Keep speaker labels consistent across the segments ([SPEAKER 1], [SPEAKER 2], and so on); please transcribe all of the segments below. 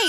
[SPEAKER 1] Hey,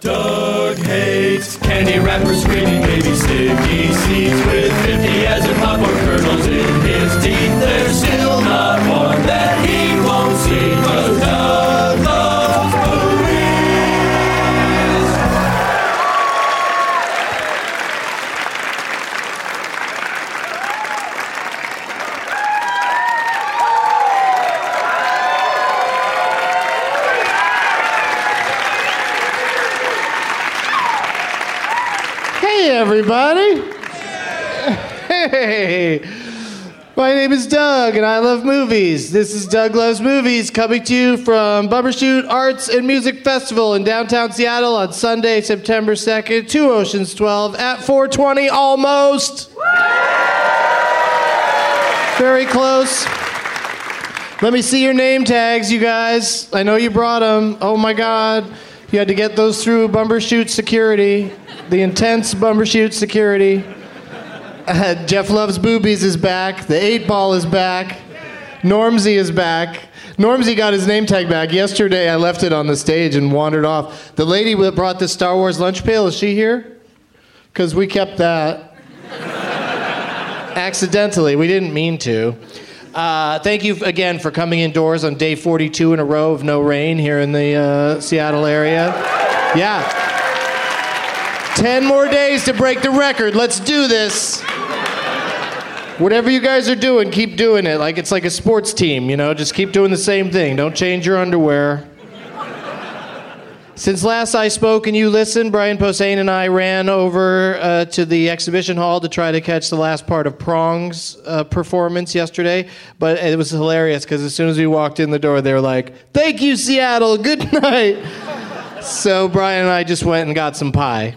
[SPEAKER 2] Doug hates candy wrappers, screaming baby sticky seeds with 50 as in popcorn kernels in his teeth. There's still not one that he won't see, cause Doug loves movies.
[SPEAKER 3] Hey, everybody. Hey. My name is Doug, and I love movies. This is Doug Loves Movies coming to you from Bumbershoot Arts and Music Festival in downtown Seattle on Sunday, September 2nd, 2 Oceans 12 at 420 almost. Very close. Let me see your name tags, you guys. I know you brought them. Oh my God. You had to get those through Bumbershoot security, the intense Bumbershoot security. Uh, Jeff Loves Boobies is back. The 8 Ball is back. Normsy is back. Normsy got his name tag back. Yesterday I left it on the stage and wandered off. The lady that brought the Star Wars lunch pail, is she here? Because we kept that. Accidentally, we didn't mean to. Uh, thank you again for coming indoors on day 42 in a row of no rain here in the uh, Seattle area. Yeah. 10 more days to break the record. Let's do this. Whatever you guys are doing, keep doing it. Like it's like a sports team, you know, just keep doing the same thing. Don't change your underwear. Since last I spoke and you listened, Brian Posehn and I ran over uh, to the exhibition hall to try to catch the last part of Prong's uh, performance yesterday. But it was hilarious because as soon as we walked in the door, they were like, Thank you, Seattle. Good night. so Brian and I just went and got some pie.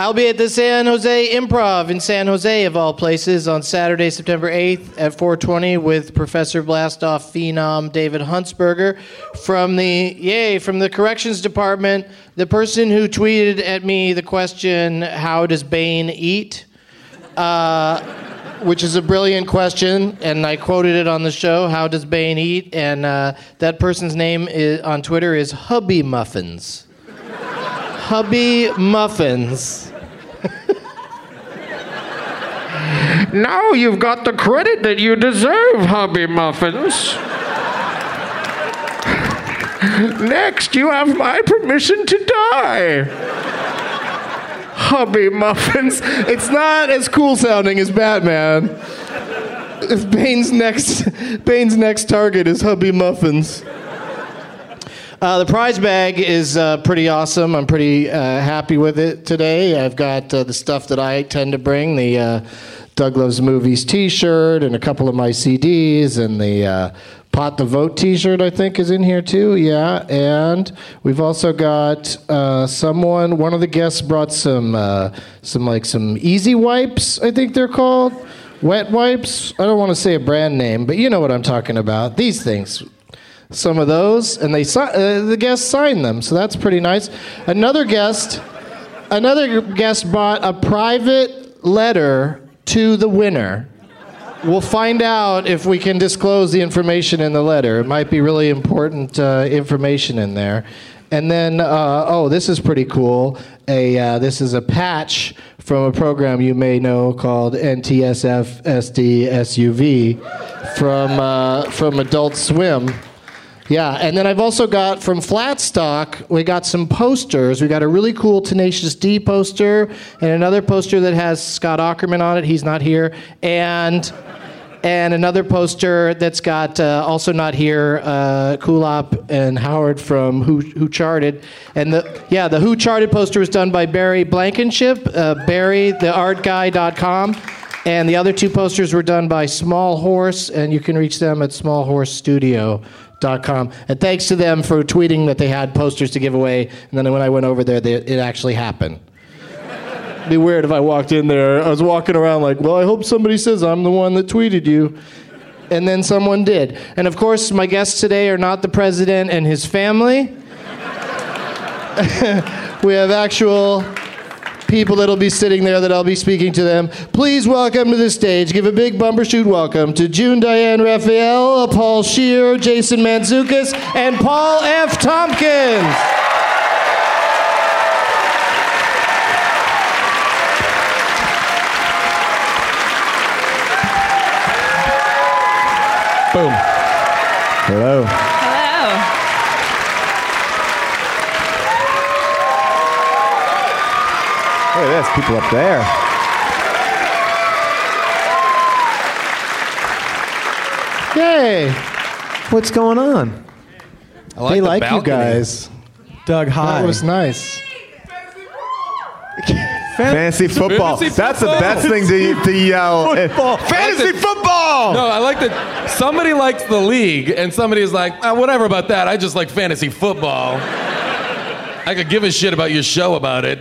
[SPEAKER 4] I'll be at the San Jose Improv in San Jose, of all places, on Saturday, September 8th at 420 with Professor Blastoff phenom David Huntsberger from the, yay, from the Corrections Department, the person who tweeted at me the question, how does Bane eat? Uh, which is a brilliant question, and I quoted it on the show. How does Bane eat? And uh, that person's name is, on Twitter is Hubby Muffins. Hubby Muffins.
[SPEAKER 5] Now you've got the credit that you deserve, Hubby Muffins. Next, you have my permission to die. Hubby Muffins.
[SPEAKER 4] It's not as cool sounding as Batman. If Bane's next, Bane's next target is Hubby Muffins. Uh, the prize bag is uh, pretty awesome. I'm pretty uh, happy with it today. I've got uh, the stuff that I tend to bring the uh, Doug Loves Movies t shirt and a couple of my CDs, and the uh, Pot the Vote t shirt, I think, is in here too. Yeah. And we've also got uh, someone, one of the guests brought some, uh, some like some easy wipes, I think they're called. Wet wipes. I don't want to say a brand name, but you know what I'm talking about. These things some of those, and they si- uh, the guest signed them, so that's pretty nice. Another guest, another guest bought a private letter to the winner. We'll find out if we can disclose the information in the letter. It might be really important uh, information in there. And then, uh, oh, this is pretty cool. A uh, this is a patch from a program you may know called NTSF SD SUV from uh, from Adult Swim. Yeah, and then I've also got from Flatstock, we got some posters. We got a really cool Tenacious D poster and another poster that has Scott Ackerman on it. He's not here. And and another poster that's got uh, also not here uh, Kulop and Howard from Who Who Charted, and the yeah the Who Charted poster was done by Barry Blankenship, uh, Barry the Art Guy.com, and the other two posters were done by Small Horse, and you can reach them at smallhorsestudio.com. And thanks to them for tweeting that they had posters to give away, and then when I went over there, they, it actually happened be weird if I walked in there. I was walking around like, well, I hope somebody says I'm the one that tweeted you. And then someone did. And of course, my guests today are not the president and his family. we have actual people that'll be sitting there that I'll be speaking to them. Please welcome to the stage, give a big bumper shoot welcome to June Diane Raphael, Paul Shear, Jason Manzukis, and Paul F. Tompkins.
[SPEAKER 6] Boom. Hello.
[SPEAKER 7] Hello.
[SPEAKER 6] Look at this. People up there.
[SPEAKER 4] Yay.
[SPEAKER 6] What's going on?
[SPEAKER 8] I like
[SPEAKER 4] they
[SPEAKER 8] the
[SPEAKER 4] like you
[SPEAKER 8] balcony.
[SPEAKER 4] guys.
[SPEAKER 6] Doug, hi.
[SPEAKER 4] That was nice.
[SPEAKER 6] Fantasy football.
[SPEAKER 8] Fantasy
[SPEAKER 6] That's the
[SPEAKER 8] football.
[SPEAKER 6] best thing to, to yell. Fantasy football.
[SPEAKER 8] No, I like that somebody likes the league and somebody is like, ah, whatever about that. I just like fantasy football. I could give a shit about your show about it.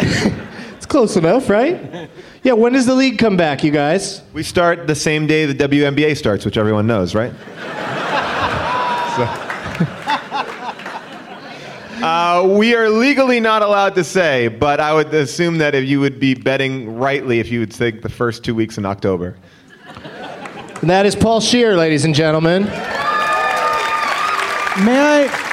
[SPEAKER 4] It's close enough, right? Yeah, when does the league come back, you guys?
[SPEAKER 6] We start the same day the WNBA starts, which everyone knows, right? So- Uh, we are legally not allowed to say, but I would assume that if you would be betting rightly if you would say the first two weeks in October.
[SPEAKER 4] And that is Paul Shear, ladies and gentlemen.
[SPEAKER 6] May I?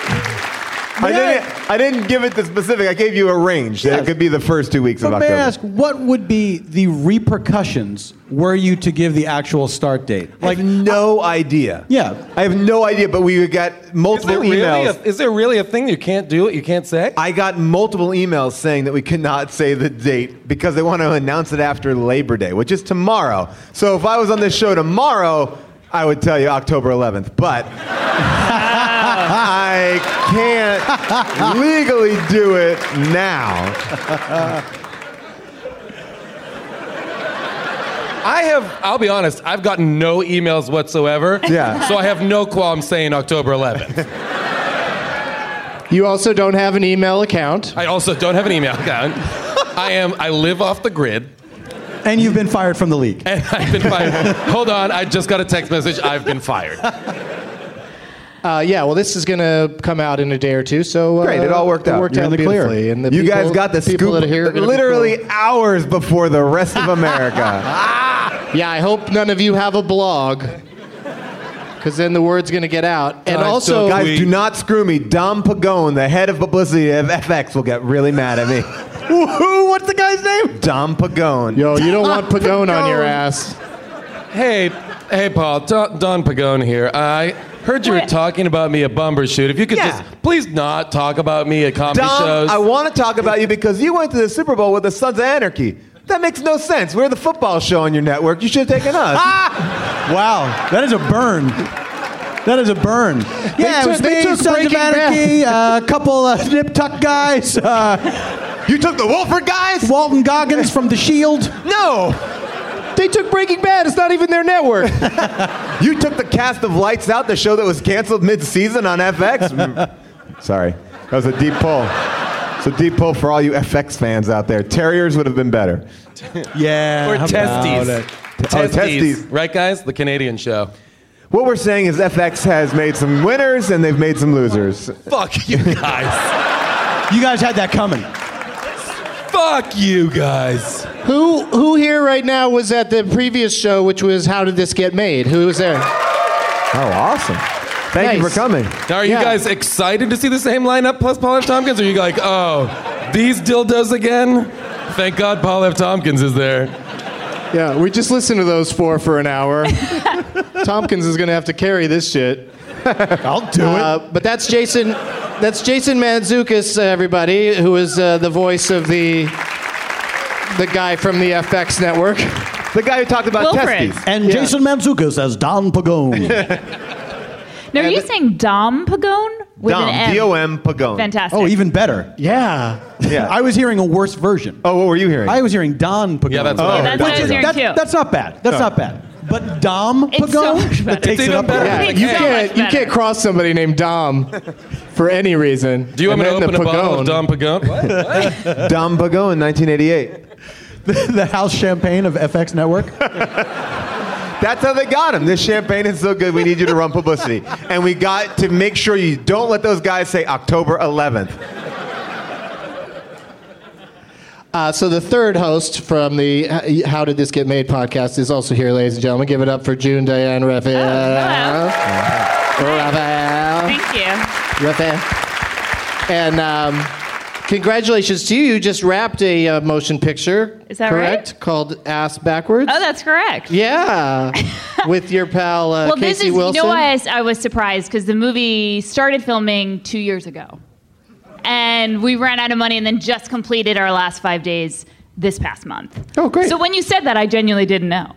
[SPEAKER 6] I didn't, I didn't give it the specific. I gave you a range. That it could be the first two weeks of
[SPEAKER 9] But may
[SPEAKER 6] October.
[SPEAKER 9] I ask, what would be the repercussions were you to give the actual start date?
[SPEAKER 6] Like no idea.
[SPEAKER 9] Yeah.
[SPEAKER 6] I have no idea. But we got multiple emails.
[SPEAKER 8] is there really a thing you can't do? You can't say?
[SPEAKER 6] I got multiple emails saying that we cannot say the date because they want to announce it after Labor Day, which is tomorrow. So if I was on this show tomorrow, I would tell you October 11th. But I can't legally do it now.
[SPEAKER 8] I have, I'll be honest, I've gotten no emails whatsoever.
[SPEAKER 6] Yeah.
[SPEAKER 8] So I have no qualm saying October 11th.
[SPEAKER 4] You also don't have an email account.
[SPEAKER 8] I also don't have an email account. I am. I live off the grid.
[SPEAKER 9] And you've been fired from the league.
[SPEAKER 8] And I've been fired. Hold on, I just got a text message. I've been fired.
[SPEAKER 4] Uh, yeah, well, this is going to come out in a day or two, so uh,
[SPEAKER 6] Great, it all worked out.
[SPEAKER 4] It worked
[SPEAKER 9] You're in
[SPEAKER 4] out
[SPEAKER 9] the clear.
[SPEAKER 4] beautifully. And the
[SPEAKER 6] you guys
[SPEAKER 4] people-
[SPEAKER 6] got the
[SPEAKER 4] people
[SPEAKER 6] scoop
[SPEAKER 4] that are here are gonna be
[SPEAKER 6] literally hours before the rest of America.
[SPEAKER 4] cool. Yeah, I hope none of you have a blog, because then the word's going to get out. And
[SPEAKER 8] I
[SPEAKER 4] also,
[SPEAKER 8] still-
[SPEAKER 6] guys,
[SPEAKER 8] we-
[SPEAKER 6] do not screw me. Dom Pagone, the head of publicity of FX, will get really mad at me. Who? What's the guy's name? Dom Pagone.
[SPEAKER 4] yo, you don't want Pagone on your
[SPEAKER 6] Pagone.
[SPEAKER 4] ass.
[SPEAKER 8] Hey, hey, Paul. Don, Don Pagone here. I heard you were talking about me at Bumber Shoot. If you could
[SPEAKER 6] Yeah.
[SPEAKER 8] just please not talk about me at comedy
[SPEAKER 6] Dom,
[SPEAKER 8] shows.
[SPEAKER 6] I want to talk about you because you went to the Super Bowl with the Sons of Anarchy. That makes no sense. We're the football show on your network. You should have taken us.
[SPEAKER 9] Ah, Wow, that is a burn. That is a burn. Yeah,
[SPEAKER 4] took- they took Breaking
[SPEAKER 9] a couple uh, nip tuck guys, uh,
[SPEAKER 6] You took the Wolford guys?
[SPEAKER 9] Walton Goggins from The Shield.
[SPEAKER 6] No.
[SPEAKER 4] They took Breaking Bad. It's not even their network.
[SPEAKER 6] You took the cast of Lights Out, the show that was canceled mid-season on FX. Mm. Sorry, that was a deep pull. It's a deep pull for all you FX fans out there. Terriers would have been better.
[SPEAKER 9] Yeah,
[SPEAKER 8] or
[SPEAKER 9] how about
[SPEAKER 8] testes.
[SPEAKER 9] it?
[SPEAKER 6] Oh,
[SPEAKER 8] testes.
[SPEAKER 6] testes.
[SPEAKER 8] Right, guys? The Canadian show.
[SPEAKER 6] What we're saying is FX has made some winners and they've made some losers. Oh,
[SPEAKER 8] Fuck you guys.
[SPEAKER 9] You guys had that coming.
[SPEAKER 8] Fuck you guys.
[SPEAKER 4] who who here right now was at the previous show, which was How Did This Get Made? Who was there?
[SPEAKER 6] Oh, awesome! Thank you
[SPEAKER 4] Nice.
[SPEAKER 6] for coming.
[SPEAKER 8] Now, are you
[SPEAKER 4] Yeah.
[SPEAKER 8] guys excited to see the same lineup plus Paul F. Tompkins? Or are you like, oh, these dildos again? Thank God Paul F. Tompkins is there.
[SPEAKER 4] Yeah, we just listened to those four for an hour. Tompkins is going to have to carry this shit.
[SPEAKER 9] I'll do
[SPEAKER 4] Uh, but that's Jason. That's Jason Manzukis, uh, everybody, who is uh, the voice of the the guy from the FX network.
[SPEAKER 6] The guy who talked about
[SPEAKER 10] Wilfred.
[SPEAKER 6] testes.
[SPEAKER 9] And Jason Manzukas as Don Pagone.
[SPEAKER 10] Now, are you
[SPEAKER 4] And-
[SPEAKER 10] saying Dom Pagone with an
[SPEAKER 6] Dom,
[SPEAKER 10] M?
[SPEAKER 6] D-O-M, Pagone.
[SPEAKER 10] Fantastic.
[SPEAKER 9] oh, even better.
[SPEAKER 4] Yeah.
[SPEAKER 6] Yeah.
[SPEAKER 9] I was hearing a worse version.
[SPEAKER 6] oh, what were you hearing?
[SPEAKER 9] I was hearing Don Pagone.
[SPEAKER 8] Yeah, that's Yeah, better.
[SPEAKER 10] that's what I
[SPEAKER 9] Which
[SPEAKER 10] was
[SPEAKER 9] is-
[SPEAKER 10] hearing
[SPEAKER 9] that's-
[SPEAKER 10] too.
[SPEAKER 9] That's not bad. That's not bad. But Dom
[SPEAKER 10] It's so
[SPEAKER 9] Pagone
[SPEAKER 10] much better.
[SPEAKER 9] takes
[SPEAKER 8] It's
[SPEAKER 9] it
[SPEAKER 8] even
[SPEAKER 9] up a
[SPEAKER 8] better.
[SPEAKER 9] level.
[SPEAKER 8] Yeah.
[SPEAKER 4] You
[SPEAKER 10] so
[SPEAKER 4] can't
[SPEAKER 10] much
[SPEAKER 4] you
[SPEAKER 10] better.
[SPEAKER 4] can't cross somebody named Dom for any reason.
[SPEAKER 8] Do you want me to
[SPEAKER 4] And
[SPEAKER 8] open a
[SPEAKER 4] then the
[SPEAKER 8] bottle of Dom
[SPEAKER 4] Pagone.
[SPEAKER 8] Pagone? What?
[SPEAKER 6] Dom Pagone, 1988.
[SPEAKER 9] the house champagne of FX Network.
[SPEAKER 6] That's how they got him. This champagne is so good, we need you to run publicity. And we got to make sure you don't let those guys say October 11th.
[SPEAKER 4] Uh, so the third host from the H- How Did This Get Made podcast is also here, ladies and gentlemen. Give it up for June Diane Raphael.
[SPEAKER 10] hello.
[SPEAKER 4] Raphael.
[SPEAKER 10] Oh, Thank you.
[SPEAKER 4] Raphael. And um, congratulations to you. You just wrapped a uh, motion picture.
[SPEAKER 10] Is that
[SPEAKER 4] correct? Called Ass Backwards.
[SPEAKER 10] Oh, that's correct.
[SPEAKER 4] yeah. With your pal uh,
[SPEAKER 10] Well,
[SPEAKER 4] Casey
[SPEAKER 10] this is,
[SPEAKER 4] Wilson.
[SPEAKER 10] you know why I s- I, was surprised? Because the movie started filming two years ago. And we ran out of money and then just completed our last five days this past month.
[SPEAKER 4] Oh, great.
[SPEAKER 10] So when you said that, I genuinely didn't know.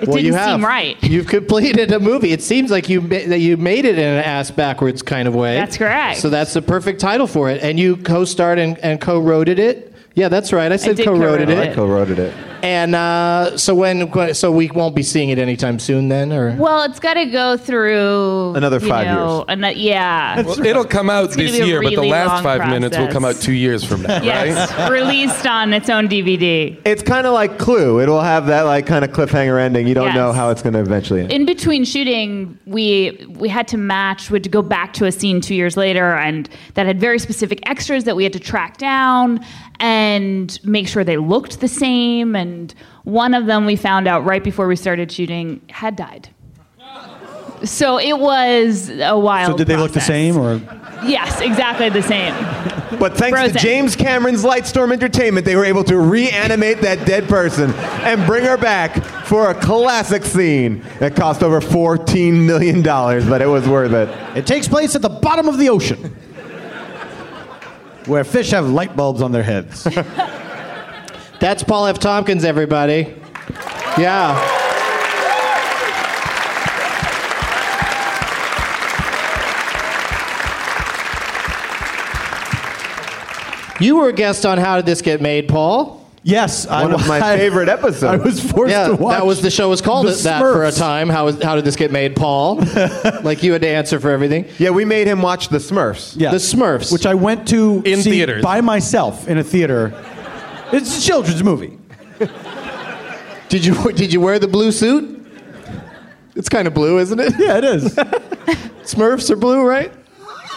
[SPEAKER 10] It
[SPEAKER 4] well,
[SPEAKER 10] didn't
[SPEAKER 4] you
[SPEAKER 10] seem
[SPEAKER 4] have.
[SPEAKER 10] right.
[SPEAKER 4] You've completed a movie. It seems like you ma- that you made it in an ass backwards kind of way.
[SPEAKER 10] That's correct.
[SPEAKER 4] So that's the perfect title for it. And you co-starred and, and co-wrote it. Yeah, that's right. I said
[SPEAKER 10] did
[SPEAKER 4] co-wrote it.
[SPEAKER 10] co-wrote it.
[SPEAKER 6] Co-wrote it.
[SPEAKER 4] And uh, so when so we won't be seeing it anytime soon then, or
[SPEAKER 10] Well, it's got to go through
[SPEAKER 6] Another
[SPEAKER 10] you
[SPEAKER 6] five
[SPEAKER 10] know,
[SPEAKER 6] years.
[SPEAKER 10] ano- yeah.
[SPEAKER 8] Well, it'll come out
[SPEAKER 10] gonna
[SPEAKER 8] this
[SPEAKER 10] be a
[SPEAKER 8] year, but the
[SPEAKER 10] really long
[SPEAKER 8] last five minutes will come out
[SPEAKER 10] process.
[SPEAKER 8] two years from now, right?
[SPEAKER 10] Yes, released on its own DVD.
[SPEAKER 6] It's kind of like Clue. It'll have that like kind of cliffhanger ending. You don't
[SPEAKER 10] Yes.
[SPEAKER 6] know how it's going to eventually end.
[SPEAKER 10] In between shooting, we we had to match. We had to go back to a scene two years later, and that had very specific extras that we had to track down and make sure they looked the same. And one of them we found out right before we started shooting had died. So it was a wild.
[SPEAKER 9] So did they look the
[SPEAKER 10] process.
[SPEAKER 9] same or?
[SPEAKER 10] Yes, exactly the same.
[SPEAKER 6] But thanks
[SPEAKER 10] Frozen.
[SPEAKER 6] to James Cameron's Lightstorm Entertainment, they were able to reanimate that dead person and bring her back for a classic scene that cost over $14 million, but it was worth it.
[SPEAKER 9] It takes place at the bottom of the ocean, where fish have light bulbs on their heads.
[SPEAKER 4] that's Paul F. Tompkins, everybody. Yeah. You were a guest on How Did This Get Made, Paul?
[SPEAKER 9] yes, I
[SPEAKER 6] One of my
[SPEAKER 9] I-
[SPEAKER 6] favorite episodes.
[SPEAKER 9] I was forced
[SPEAKER 4] Yeah,
[SPEAKER 9] to watch.
[SPEAKER 4] that was the show was called
[SPEAKER 9] The
[SPEAKER 4] it that for a
[SPEAKER 9] Smurfs.
[SPEAKER 4] time. How is, how did this get made, Paul? like you had to answer for everything.
[SPEAKER 6] Yeah, we made him watch The Smurfs.
[SPEAKER 9] Yeah.
[SPEAKER 4] The Smurfs.
[SPEAKER 9] which I went to
[SPEAKER 8] In
[SPEAKER 9] see
[SPEAKER 8] theaters.
[SPEAKER 9] by myself in a theater It's a children's movie.
[SPEAKER 4] Did you did you wear the blue suit? It's kind of blue, isn't it?
[SPEAKER 9] Yeah, it is.
[SPEAKER 4] Smurfs are blue, right?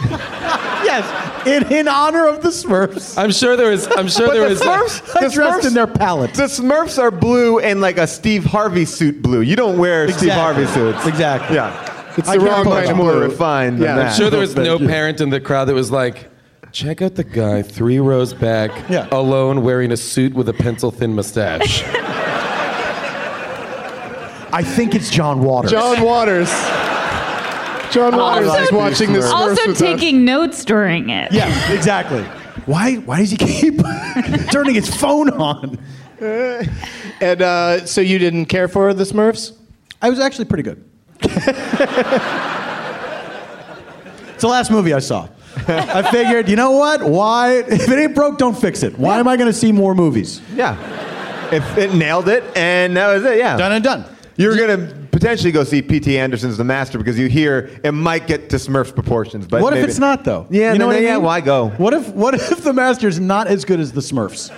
[SPEAKER 9] yes, in, in honor of the Smurfs.
[SPEAKER 8] I'm sure there was. I'm sure
[SPEAKER 6] But
[SPEAKER 8] there
[SPEAKER 6] the
[SPEAKER 8] was.
[SPEAKER 6] Smurfs,
[SPEAKER 9] I
[SPEAKER 6] the
[SPEAKER 9] dressed
[SPEAKER 6] Smurfs,
[SPEAKER 9] in their palette.
[SPEAKER 6] the Smurfs are blue and like a Steve Harvey suit blue. You don't wear Steve
[SPEAKER 9] Exactly.
[SPEAKER 6] Harvey suits.
[SPEAKER 9] Exactly.
[SPEAKER 6] Yeah, it's
[SPEAKER 9] I can't put
[SPEAKER 6] much
[SPEAKER 9] it on.
[SPEAKER 6] more refined.
[SPEAKER 9] Yeah,
[SPEAKER 6] than
[SPEAKER 8] I'm
[SPEAKER 6] that.
[SPEAKER 8] sure there was no parent in the crowd that was like, check out the guy three rows back,
[SPEAKER 9] Yeah.
[SPEAKER 8] alone wearing a suit with a pencil thin mustache.
[SPEAKER 9] I think it's John Waters.
[SPEAKER 4] John Waters. John Waters
[SPEAKER 10] Also-
[SPEAKER 4] is watching this.
[SPEAKER 10] also taking notes during it.
[SPEAKER 9] Yeah, exactly. Why, why does he keep turning his phone on?
[SPEAKER 4] And uh, so you didn't care for the Smurfs?
[SPEAKER 9] I was actually pretty good. it's the last movie I saw. I figured, you know what? Why? If it ain't broke, don't fix it. Why am I going to see more movies?
[SPEAKER 6] Yeah, if it nailed it, and that was it. Yeah,
[SPEAKER 9] Done and done.
[SPEAKER 6] You're gonna potentially go see P.T. Anderson's The Master because you hear it might get to Smurfs proportions. But
[SPEAKER 9] what if
[SPEAKER 6] maybe-
[SPEAKER 9] it's not though?
[SPEAKER 6] Yeah,
[SPEAKER 9] you
[SPEAKER 6] then-
[SPEAKER 9] know what I
[SPEAKER 6] yeah.
[SPEAKER 9] mean?
[SPEAKER 6] Why go?
[SPEAKER 9] What if what if the Master's not as good as the Smurfs?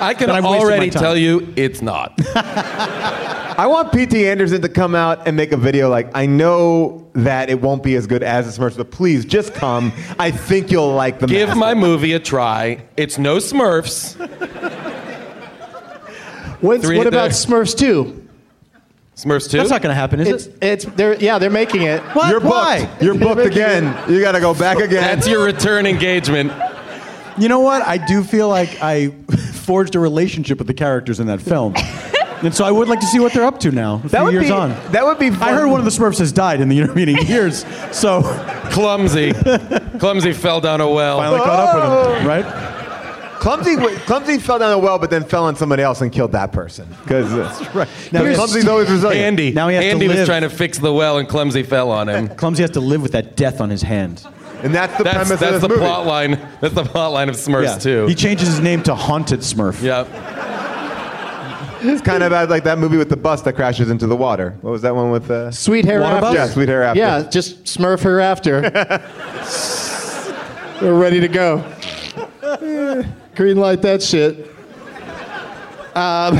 [SPEAKER 8] I can
[SPEAKER 9] But I've wasted my
[SPEAKER 8] already
[SPEAKER 9] time.
[SPEAKER 8] tell you it's not.
[SPEAKER 6] I want P.T. Anderson to come out and make a video like, I know that it won't be as good as the Smurfs, but please just come. I think you'll like the
[SPEAKER 8] Give
[SPEAKER 6] Master.
[SPEAKER 8] my movie a try. It's no Smurfs.
[SPEAKER 4] When's-
[SPEAKER 8] Three
[SPEAKER 4] what
[SPEAKER 8] there.
[SPEAKER 4] about Smurfs 2?
[SPEAKER 8] Smurfs 2?
[SPEAKER 9] That's not going to happen, is
[SPEAKER 4] It's,
[SPEAKER 9] it?
[SPEAKER 4] it's, they're, yeah, they're making it.
[SPEAKER 9] What?
[SPEAKER 6] You're booked.
[SPEAKER 9] Why?
[SPEAKER 6] You're booked again. You got to go back again.
[SPEAKER 8] That's your return engagement.
[SPEAKER 9] You know what? I do feel like I forged a relationship with the characters in that film. And so I would like to see what they're up to now. a few
[SPEAKER 6] would
[SPEAKER 9] years
[SPEAKER 6] be-
[SPEAKER 9] on.
[SPEAKER 6] that would be
[SPEAKER 9] I
[SPEAKER 6] fun.
[SPEAKER 9] heard one of the Smurfs has died in the intervening years, so
[SPEAKER 8] Clumsy. Clumsy fell down a well.
[SPEAKER 9] finally caught up with him, right?
[SPEAKER 6] Clumsy, w- Clumsy fell down a well, but then fell on somebody else and killed that person. Because
[SPEAKER 9] Right. Now,
[SPEAKER 6] Clumsy's always resilient.
[SPEAKER 8] Andy.
[SPEAKER 9] Now he has to
[SPEAKER 8] Andy was
[SPEAKER 9] live.
[SPEAKER 8] trying to fix the well and Clumsy fell on him.
[SPEAKER 9] Clumsy has to live with that death on his hand.
[SPEAKER 6] And that's the
[SPEAKER 8] That's,
[SPEAKER 6] premise
[SPEAKER 8] that's
[SPEAKER 6] of this
[SPEAKER 8] the
[SPEAKER 6] movie.
[SPEAKER 8] plot line. That's the plot line of Smurfs too. 2.
[SPEAKER 9] He changes his name to Haunted Smurf.
[SPEAKER 8] yeah.
[SPEAKER 6] It's kind of like that movie with the bus that crashes into the water. What was that one with? Uh,
[SPEAKER 4] Sweet Hereafter.
[SPEAKER 6] Yeah, Sweet Hereafter.
[SPEAKER 4] Yeah, just Smurf Hereafter. We're ready to go. Eh, Green light that shit. Um,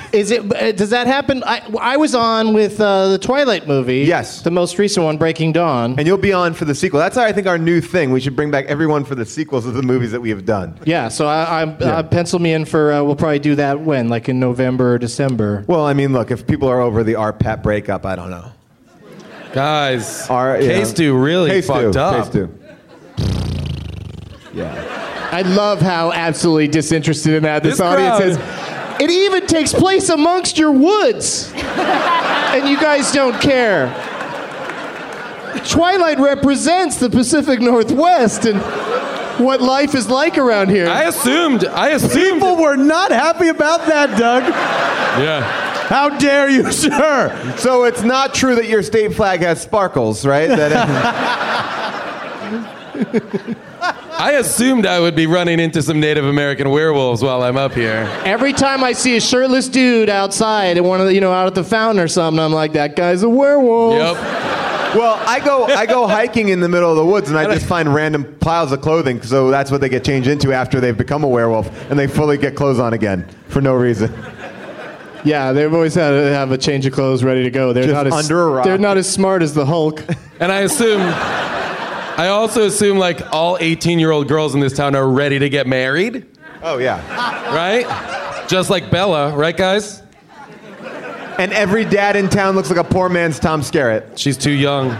[SPEAKER 4] is it? uh, Does that happen? I, I was on with uh, the Twilight movie.
[SPEAKER 6] Yes.
[SPEAKER 4] The most recent one, Breaking Dawn.
[SPEAKER 6] And you'll be on for the sequel. That's, I think, our new thing. We should bring back everyone for the sequels of the movies that we have done.
[SPEAKER 4] yeah. So I, I, I pencil me in for. Uh, we'll probably do that when, like in November or December.
[SPEAKER 6] Well, I mean, look, if people are over the RPAT breakup, I don't know.
[SPEAKER 8] Guys,
[SPEAKER 6] Our- yeah.
[SPEAKER 8] Case 2 really
[SPEAKER 6] Case
[SPEAKER 8] fucked
[SPEAKER 6] due,
[SPEAKER 8] up.
[SPEAKER 6] Case due. yeah.
[SPEAKER 4] I love how absolutely disinterested in that this,
[SPEAKER 8] This
[SPEAKER 4] audience
[SPEAKER 8] crowd.
[SPEAKER 4] is. It even takes place amongst your woods, and you guys don't care. Twilight represents the Pacific Northwest and what life is like around here.
[SPEAKER 8] I assumed. I assumed.
[SPEAKER 9] People were not happy about that, Doug.
[SPEAKER 8] yeah.
[SPEAKER 9] How dare you, sir?
[SPEAKER 6] So it's not true that your state flag has sparkles, right? That
[SPEAKER 8] I assumed I would be running into some Native American werewolves while I'm up here.
[SPEAKER 4] Every time I see a shirtless dude outside and one of the, you know out at the fountain or something, I'm like, that guy's a werewolf.
[SPEAKER 8] Yep.
[SPEAKER 6] well, I go I go hiking in the middle of the woods and I just find random piles of clothing. So that's what they get changed into after they've become a werewolf, and they fully get clothes on again for no reason.
[SPEAKER 4] Yeah, they've always had to have a change of clothes ready to go. They're
[SPEAKER 6] Just
[SPEAKER 4] not as
[SPEAKER 6] under a rock.
[SPEAKER 4] they're not as smart as the Hulk.
[SPEAKER 8] And I assume. I also assume like all 18 year old girls in this town are ready to get married,
[SPEAKER 6] Oh yeah.
[SPEAKER 8] right? Just like Bella, right, guys?
[SPEAKER 6] And every dad in town looks like a poor man's Tom Skerritt.
[SPEAKER 8] She's too young.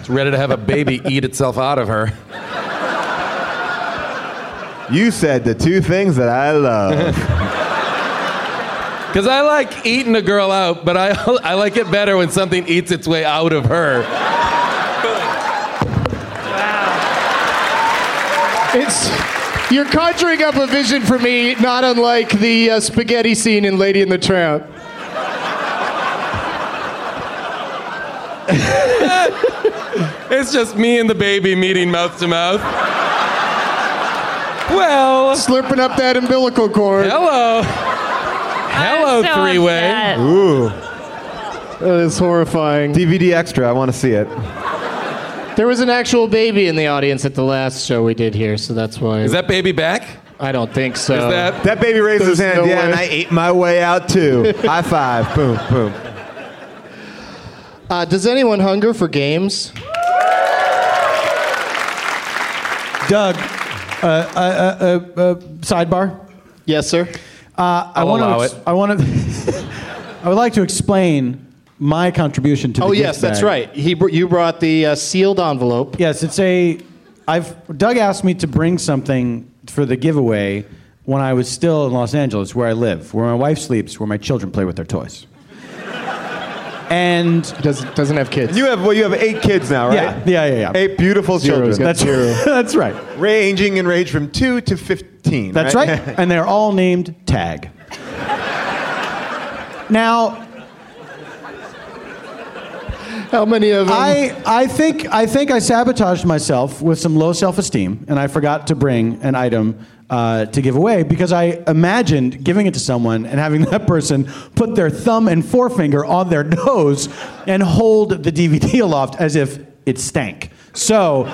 [SPEAKER 8] It's ready to have a baby eat itself out of her.
[SPEAKER 6] You said the two things that I love.
[SPEAKER 8] Because I like eating a girl out, but I, I like it better when something eats its way out of her.
[SPEAKER 4] It's you're conjuring up a vision for me, not unlike the uh, spaghetti scene in Lady and the Tramp.
[SPEAKER 8] It's just me and the baby meeting mouth to mouth. Well,
[SPEAKER 4] Slurping up that umbilical cord.
[SPEAKER 8] hello.
[SPEAKER 10] I'm
[SPEAKER 8] Hello,
[SPEAKER 10] so
[SPEAKER 8] three way.
[SPEAKER 10] upset.
[SPEAKER 6] Ooh.
[SPEAKER 4] That is horrifying.
[SPEAKER 6] DVD extra. I want to see it.
[SPEAKER 4] There was an actual baby in the audience at the last show we did here, so that's why.
[SPEAKER 8] Is that baby back?
[SPEAKER 11] I don't think so.
[SPEAKER 4] Uh,
[SPEAKER 6] that baby raised his
[SPEAKER 11] There's
[SPEAKER 6] hand.
[SPEAKER 11] no
[SPEAKER 6] yeah, and
[SPEAKER 11] way.
[SPEAKER 6] I ate my way out too. High five. Boom, boom.
[SPEAKER 11] Uh, does anyone hunger for games?
[SPEAKER 9] Doug, uh, uh, uh, uh, uh, sidebar.
[SPEAKER 11] Yes, sir.
[SPEAKER 9] Uh, I
[SPEAKER 11] I'll
[SPEAKER 9] want
[SPEAKER 11] allow
[SPEAKER 9] to.
[SPEAKER 11] it.
[SPEAKER 9] I want to. I would like to explain my contribution to.
[SPEAKER 11] Oh
[SPEAKER 9] the gift
[SPEAKER 11] yes, that's
[SPEAKER 9] bag.
[SPEAKER 11] right. He br- you brought the uh, sealed envelope.
[SPEAKER 9] Yes, it's a. I've Doug asked me to bring something for the giveaway when I was still in Los Angeles, where I live, where my wife sleeps, where my children play with their toys. And
[SPEAKER 11] does doesn't have kids.
[SPEAKER 6] You have well, you have eight kids now, right?
[SPEAKER 9] Yeah, yeah, yeah. yeah.
[SPEAKER 6] Eight beautiful
[SPEAKER 9] Zero's
[SPEAKER 6] children.
[SPEAKER 9] got That's- zero. that's right.
[SPEAKER 6] Ranging in range from two to fifteen.
[SPEAKER 9] That's right. and they're all named Tag. now,
[SPEAKER 11] how many of them?
[SPEAKER 9] I, I think I think I sabotaged myself with some low self-esteem, and I forgot to bring an item uh, to give away because I imagined giving it to someone and having that person put their thumb and forefinger on their nose and hold the DVD aloft as if it stank. So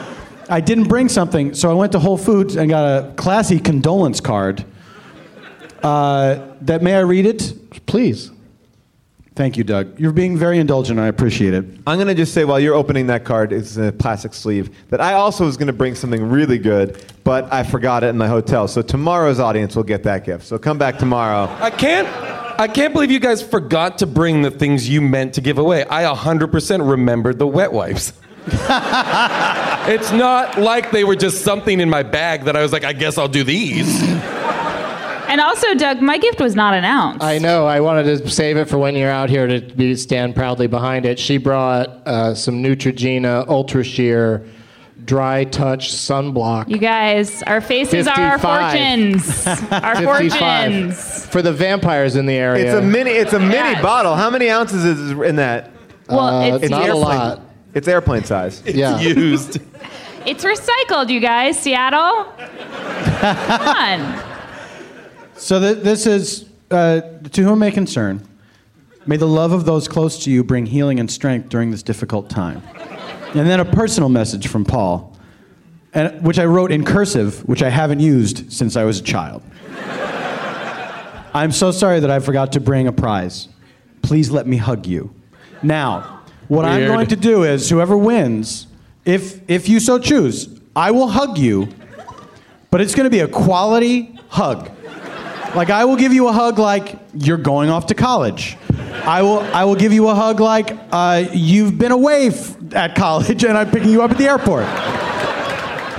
[SPEAKER 9] I didn't bring something, so I went to Whole Foods and got a classy condolence card. Uh, that may I read it?
[SPEAKER 11] Please.
[SPEAKER 9] Thank you, Doug. You're being very indulgent. and I appreciate it.
[SPEAKER 6] I'm going to just say while you're opening that card, it's in a plastic sleeve, that I also was going to bring something really good, but I forgot it in my hotel. So tomorrow's audience will get that gift. So come back tomorrow.
[SPEAKER 8] I can't. I can't believe you guys forgot to bring the things you meant to give away. I 100% remembered the wet wipes. it's not like they were just something in my bag that I was like, I guess I'll do these.
[SPEAKER 10] And also, Doug, my gift was not announced.
[SPEAKER 4] I know. I wanted to save it for when you're out here to be, stand proudly behind it. She brought uh, some Neutrogena Ultra Sheer Dry Touch Sunblock.
[SPEAKER 10] You guys, our faces are our
[SPEAKER 4] 55.
[SPEAKER 10] fortunes. our
[SPEAKER 4] 55
[SPEAKER 10] fortunes.
[SPEAKER 4] for the vampires in the area.
[SPEAKER 6] It's a mini it's a mini
[SPEAKER 10] Yes.
[SPEAKER 6] bottle. How many ounces is in that?
[SPEAKER 10] Well, it's It's not a
[SPEAKER 6] airplane-
[SPEAKER 10] lot.
[SPEAKER 6] It's airplane size.
[SPEAKER 4] yeah.
[SPEAKER 8] used.
[SPEAKER 10] It's recycled, you guys. Seattle. Come on.
[SPEAKER 9] So th- this is uh, to whom may concern. May the love of those close to you bring healing and strength during this difficult time. And then a personal message from Paul, and, which I wrote in cursive, which I haven't used since I was a child. I'm so sorry that I forgot to bring a prize. Please let me hug you. Now, what I'm
[SPEAKER 11] Weird.
[SPEAKER 9] going to do is whoever wins, if if you so choose, I will hug you, but it's going to be a quality hug. Like I will give you a hug like you're going off to college. I will I will give you a hug like uh, you've been away f- at college and I'm picking you up at the airport.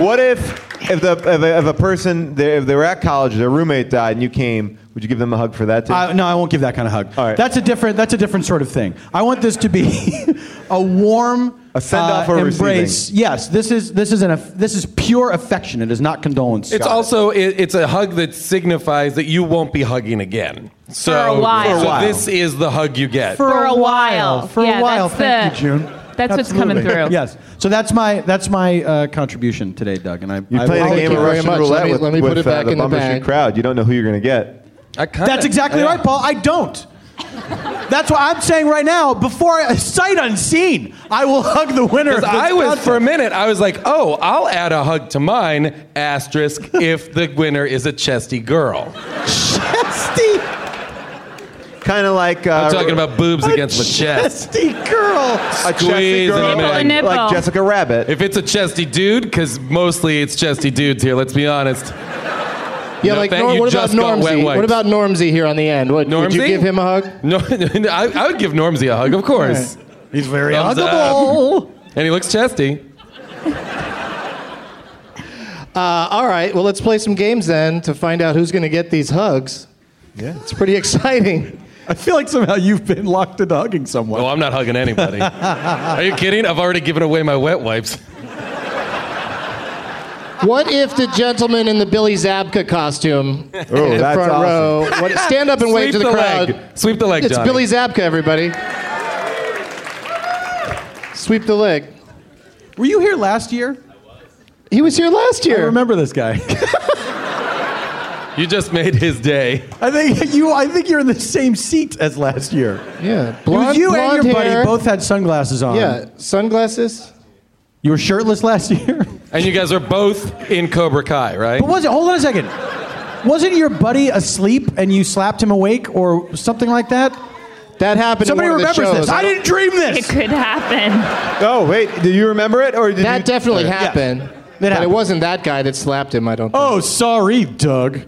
[SPEAKER 6] What if if the if a, if a person they, if they were at college, their roommate died, and you came, would you give them a hug for that too?
[SPEAKER 9] I, no, I won't give that kind of hug.
[SPEAKER 6] All right.
[SPEAKER 9] That's a different. That's a different sort of thing. I want this to be a warm
[SPEAKER 6] A send-off
[SPEAKER 9] uh,
[SPEAKER 6] or
[SPEAKER 9] embrace. Yes, this is this is an aff- this is pure affection. It is not condolence.
[SPEAKER 8] It's also it, it's a hug that signifies that you won't be hugging again. So,
[SPEAKER 10] For a while. For a
[SPEAKER 8] so
[SPEAKER 10] while.
[SPEAKER 8] this is the hug you get.
[SPEAKER 10] For a while.
[SPEAKER 9] For
[SPEAKER 10] Yeah,
[SPEAKER 9] a while.
[SPEAKER 10] that's the-
[SPEAKER 9] Thank you, June.
[SPEAKER 10] that's what's coming
[SPEAKER 9] Absolutely.
[SPEAKER 10] through.
[SPEAKER 9] Yes. So that's my that's my uh, contribution today, Doug. And I
[SPEAKER 6] you
[SPEAKER 9] I
[SPEAKER 6] played
[SPEAKER 9] will-
[SPEAKER 6] a game of Russian roulette with, with, uh, the Bumbershoot crowd. You don't know who you're going to get.
[SPEAKER 8] I
[SPEAKER 9] That's exactly right, Paul. I don't. That's what I'm saying right now. Before I, sight unseen, I will hug the winner.
[SPEAKER 8] Because
[SPEAKER 9] of this
[SPEAKER 8] I was
[SPEAKER 9] contest.
[SPEAKER 8] for a minute, I was like, oh, I'll add a hug to mine, asterisk, if the winner is a chesty girl.
[SPEAKER 9] chesty.
[SPEAKER 6] Kind of like uh,
[SPEAKER 8] I'm talking about boobs against my chest.
[SPEAKER 9] Chesty girl.
[SPEAKER 6] a chesty
[SPEAKER 8] Squeeze
[SPEAKER 6] girl
[SPEAKER 4] Oh,
[SPEAKER 8] and
[SPEAKER 6] like,
[SPEAKER 10] nipple.
[SPEAKER 6] like Jessica Rabbit.
[SPEAKER 8] If it's a chesty dude, because mostly it's chesty dudes here, let's be honest.
[SPEAKER 4] Yeah,
[SPEAKER 8] No,
[SPEAKER 4] like
[SPEAKER 8] thank
[SPEAKER 4] Norm,
[SPEAKER 8] you,
[SPEAKER 4] what about
[SPEAKER 8] just got wet
[SPEAKER 4] Normsy?
[SPEAKER 8] wipes.
[SPEAKER 4] What about Normsy here on the end? Would, would you
[SPEAKER 8] Normsy?
[SPEAKER 4] give him a hug?
[SPEAKER 8] No, no, I, I would give Normsy a hug, of course.
[SPEAKER 9] He's very
[SPEAKER 8] Thumbs up.
[SPEAKER 9] huggable.
[SPEAKER 8] And he looks chesty.
[SPEAKER 4] Uh, all right. Well, let's play some games then to find out who's going to get these hugs.
[SPEAKER 9] Yeah.
[SPEAKER 4] It's pretty exciting.
[SPEAKER 9] I feel like somehow you've been locked into hugging someone.
[SPEAKER 8] Oh, I'm not hugging anybody. Are you kidding? I've already given away my wet wipes.
[SPEAKER 4] What if the gentleman in the Billy Zabka costume in the
[SPEAKER 6] that's
[SPEAKER 4] front
[SPEAKER 6] awesome.
[SPEAKER 4] row? What, stand up and wave
[SPEAKER 8] Sweep
[SPEAKER 4] to the,
[SPEAKER 8] the
[SPEAKER 4] crowd.
[SPEAKER 8] leg. Sweep the leg,
[SPEAKER 4] It's
[SPEAKER 8] Johnny.
[SPEAKER 4] Billy Zabka, everybody. Sweep the leg.
[SPEAKER 9] Were you here last year?
[SPEAKER 4] He was here last
[SPEAKER 9] I
[SPEAKER 4] year.
[SPEAKER 9] remember this guy.
[SPEAKER 8] You just made his day.
[SPEAKER 9] I think you. I think you're in the same seat as last year.
[SPEAKER 4] Yeah,
[SPEAKER 9] It was
[SPEAKER 4] blonde,
[SPEAKER 9] you
[SPEAKER 4] blonde
[SPEAKER 9] and your
[SPEAKER 4] hair.
[SPEAKER 9] buddy both had sunglasses on.
[SPEAKER 4] Yeah, sunglasses.
[SPEAKER 9] You were shirtless last year.
[SPEAKER 8] And you guys are both in Cobra Kai, right?
[SPEAKER 9] But was it? Hold on a second. wasn't your buddy asleep and you slapped him awake or something like that?
[SPEAKER 4] That happened.
[SPEAKER 9] Somebody remembers this. I didn't dream this.
[SPEAKER 10] It could happen.
[SPEAKER 6] Oh wait, do you remember it or did
[SPEAKER 4] That
[SPEAKER 6] you-
[SPEAKER 4] definitely
[SPEAKER 6] Yeah.
[SPEAKER 4] happened. but it wasn't that guy that slapped him. I don't. Think.
[SPEAKER 9] Oh, sorry, Doug.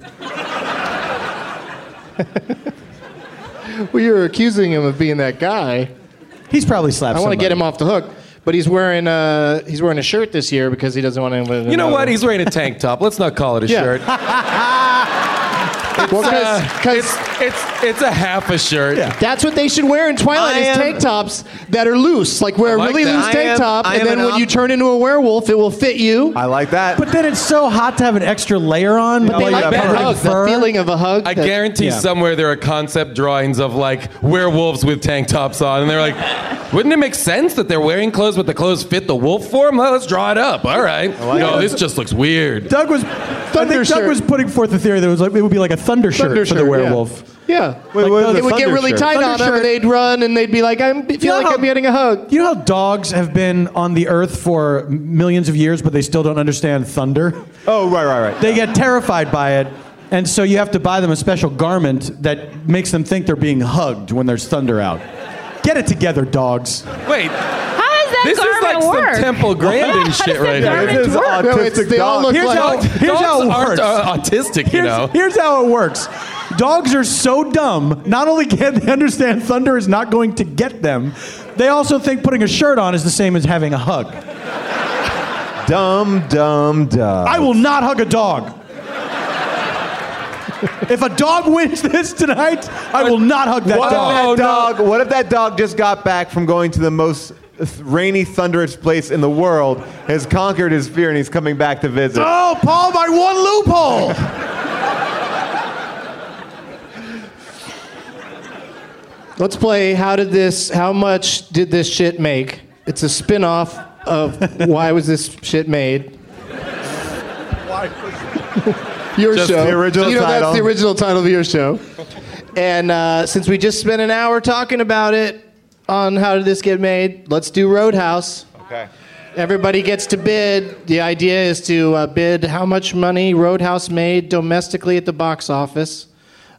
[SPEAKER 4] Well, you're accusing him of being that guy.
[SPEAKER 9] He's probably slapped.
[SPEAKER 4] I want to get
[SPEAKER 9] somebody.
[SPEAKER 4] him off the hook, but he's wearing a he's wearing a shirt this year because he doesn't want anyone. to
[SPEAKER 8] You know
[SPEAKER 4] know
[SPEAKER 8] what? He's wearing a tank top. Let's not call it a
[SPEAKER 4] Yeah.
[SPEAKER 8] shirt. It's, uh, it's, it's, it's a half a shirt.
[SPEAKER 4] That's what they should wear in Twilight
[SPEAKER 6] I
[SPEAKER 4] is
[SPEAKER 6] am-
[SPEAKER 4] tank tops that are loose. Like wear a
[SPEAKER 8] like
[SPEAKER 4] really
[SPEAKER 8] that.
[SPEAKER 4] loose
[SPEAKER 6] I
[SPEAKER 4] tank
[SPEAKER 6] am-
[SPEAKER 4] top,
[SPEAKER 6] I
[SPEAKER 4] and
[SPEAKER 6] am
[SPEAKER 4] then
[SPEAKER 6] an
[SPEAKER 4] when
[SPEAKER 6] op-
[SPEAKER 4] you turn into a werewolf, it will fit you.
[SPEAKER 6] I like that.
[SPEAKER 9] But then it's so hot to have an extra layer on.
[SPEAKER 4] But they
[SPEAKER 9] while
[SPEAKER 4] like
[SPEAKER 9] you're
[SPEAKER 4] that
[SPEAKER 9] covering
[SPEAKER 4] hug,
[SPEAKER 9] fur.
[SPEAKER 4] that feeling of a hug.
[SPEAKER 8] I
[SPEAKER 4] that-
[SPEAKER 8] guarantee
[SPEAKER 9] Yeah.
[SPEAKER 8] somewhere there are concept drawings of like werewolves with tank tops on, and they're like, wouldn't it make sense that they're wearing clothes, but the clothes fit the wolf form? Well, let's draw it up. All right. no, this just looks weird.
[SPEAKER 9] Doug was. I
[SPEAKER 4] Thunder
[SPEAKER 9] think Doug
[SPEAKER 4] shirt.
[SPEAKER 9] was putting forth a theory that was like it would be like a thunder,
[SPEAKER 4] Thunder
[SPEAKER 9] shirt for
[SPEAKER 4] shirt,
[SPEAKER 9] the
[SPEAKER 4] yeah.
[SPEAKER 9] werewolf.
[SPEAKER 4] Yeah.
[SPEAKER 6] Wait, what was
[SPEAKER 4] it
[SPEAKER 6] the
[SPEAKER 4] would get
[SPEAKER 6] thunder
[SPEAKER 4] really
[SPEAKER 6] shirt?
[SPEAKER 4] tight
[SPEAKER 9] Thunder
[SPEAKER 4] on them,
[SPEAKER 9] shirt.
[SPEAKER 4] and they'd run, and they'd be like, "I feel
[SPEAKER 9] know
[SPEAKER 4] like
[SPEAKER 9] how-
[SPEAKER 4] I'm getting a hug."
[SPEAKER 9] You know how dogs have been on the earth for millions of years, but they still don't understand thunder?
[SPEAKER 6] Oh right, right, right.
[SPEAKER 9] They get terrified by it, and so you have to buy them a special garment that makes them think they're being hugged when there's thunder out. Get it together, dogs.
[SPEAKER 8] Wait,
[SPEAKER 10] How does that
[SPEAKER 8] this is
[SPEAKER 10] garment
[SPEAKER 8] like
[SPEAKER 10] work?
[SPEAKER 8] some Temple Grandin
[SPEAKER 10] How
[SPEAKER 8] shit
[SPEAKER 10] does that
[SPEAKER 8] right
[SPEAKER 10] garment-
[SPEAKER 8] here.
[SPEAKER 6] This is
[SPEAKER 10] No,
[SPEAKER 4] No, it's,
[SPEAKER 6] autistic
[SPEAKER 4] they all
[SPEAKER 6] dog.
[SPEAKER 4] look
[SPEAKER 9] Here's
[SPEAKER 4] like.
[SPEAKER 9] how- here's
[SPEAKER 8] Dogs
[SPEAKER 9] how it
[SPEAKER 8] aren't
[SPEAKER 9] works.
[SPEAKER 8] uh, autistic, you
[SPEAKER 9] Here's,
[SPEAKER 8] know.
[SPEAKER 9] here's how it works. Dogs are so dumb. Not only can't they understand thunder is not going to get them, they also think putting a shirt on is the same as having a hug.
[SPEAKER 6] Dumb, dumb, dumb.
[SPEAKER 9] I will not hug a dog. if a dog wins this tonight, I will not hug that
[SPEAKER 6] What
[SPEAKER 9] dog.
[SPEAKER 6] if that dog? What if that dog just got back from going to the most rainy, thunderous place in the world, has conquered his fear, and he's coming back to visit?
[SPEAKER 9] Oh, Paul, my one loophole.
[SPEAKER 4] Let's play. How did this? How much did this shit make? It's a spin-off of why was this shit made? your
[SPEAKER 6] Just
[SPEAKER 4] show.
[SPEAKER 6] the original
[SPEAKER 4] you know
[SPEAKER 6] title.
[SPEAKER 4] that's the original title of your show. And uh, since we just spent an hour talking about it on how did this get made, let's do Roadhouse.
[SPEAKER 6] Okay.
[SPEAKER 4] Everybody gets to bid. The idea is to uh, bid how much money Roadhouse made domestically at the box office.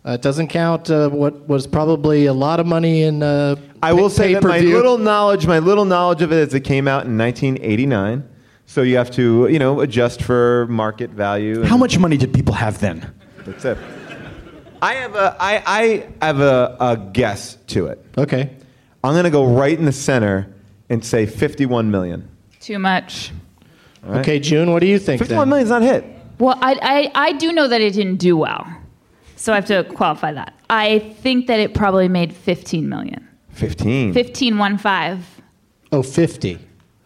[SPEAKER 4] Uh, it doesn't count uh, what was probably a lot of money in. Uh,
[SPEAKER 6] I will
[SPEAKER 4] pay-
[SPEAKER 6] say that my
[SPEAKER 4] pay-per-view.
[SPEAKER 6] little knowledge, my little knowledge of it, is it came out in 1989. So you have to, you know, adjust for market value. and
[SPEAKER 9] How much money did people have then?
[SPEAKER 6] That's it. I have a, I, I have a, a guess to it.
[SPEAKER 4] Okay.
[SPEAKER 6] I'm gonna go right in the center and say 51 million.
[SPEAKER 10] Too much.
[SPEAKER 6] right.
[SPEAKER 4] Okay, June. What do you think?
[SPEAKER 6] 51
[SPEAKER 4] Then?
[SPEAKER 6] million's not hit.
[SPEAKER 10] Well, I, I, I do know that it didn't do well. So I have to qualify that. I think that it probably made 15 million.
[SPEAKER 6] 15.
[SPEAKER 10] 15, one five.
[SPEAKER 4] Oh, 50.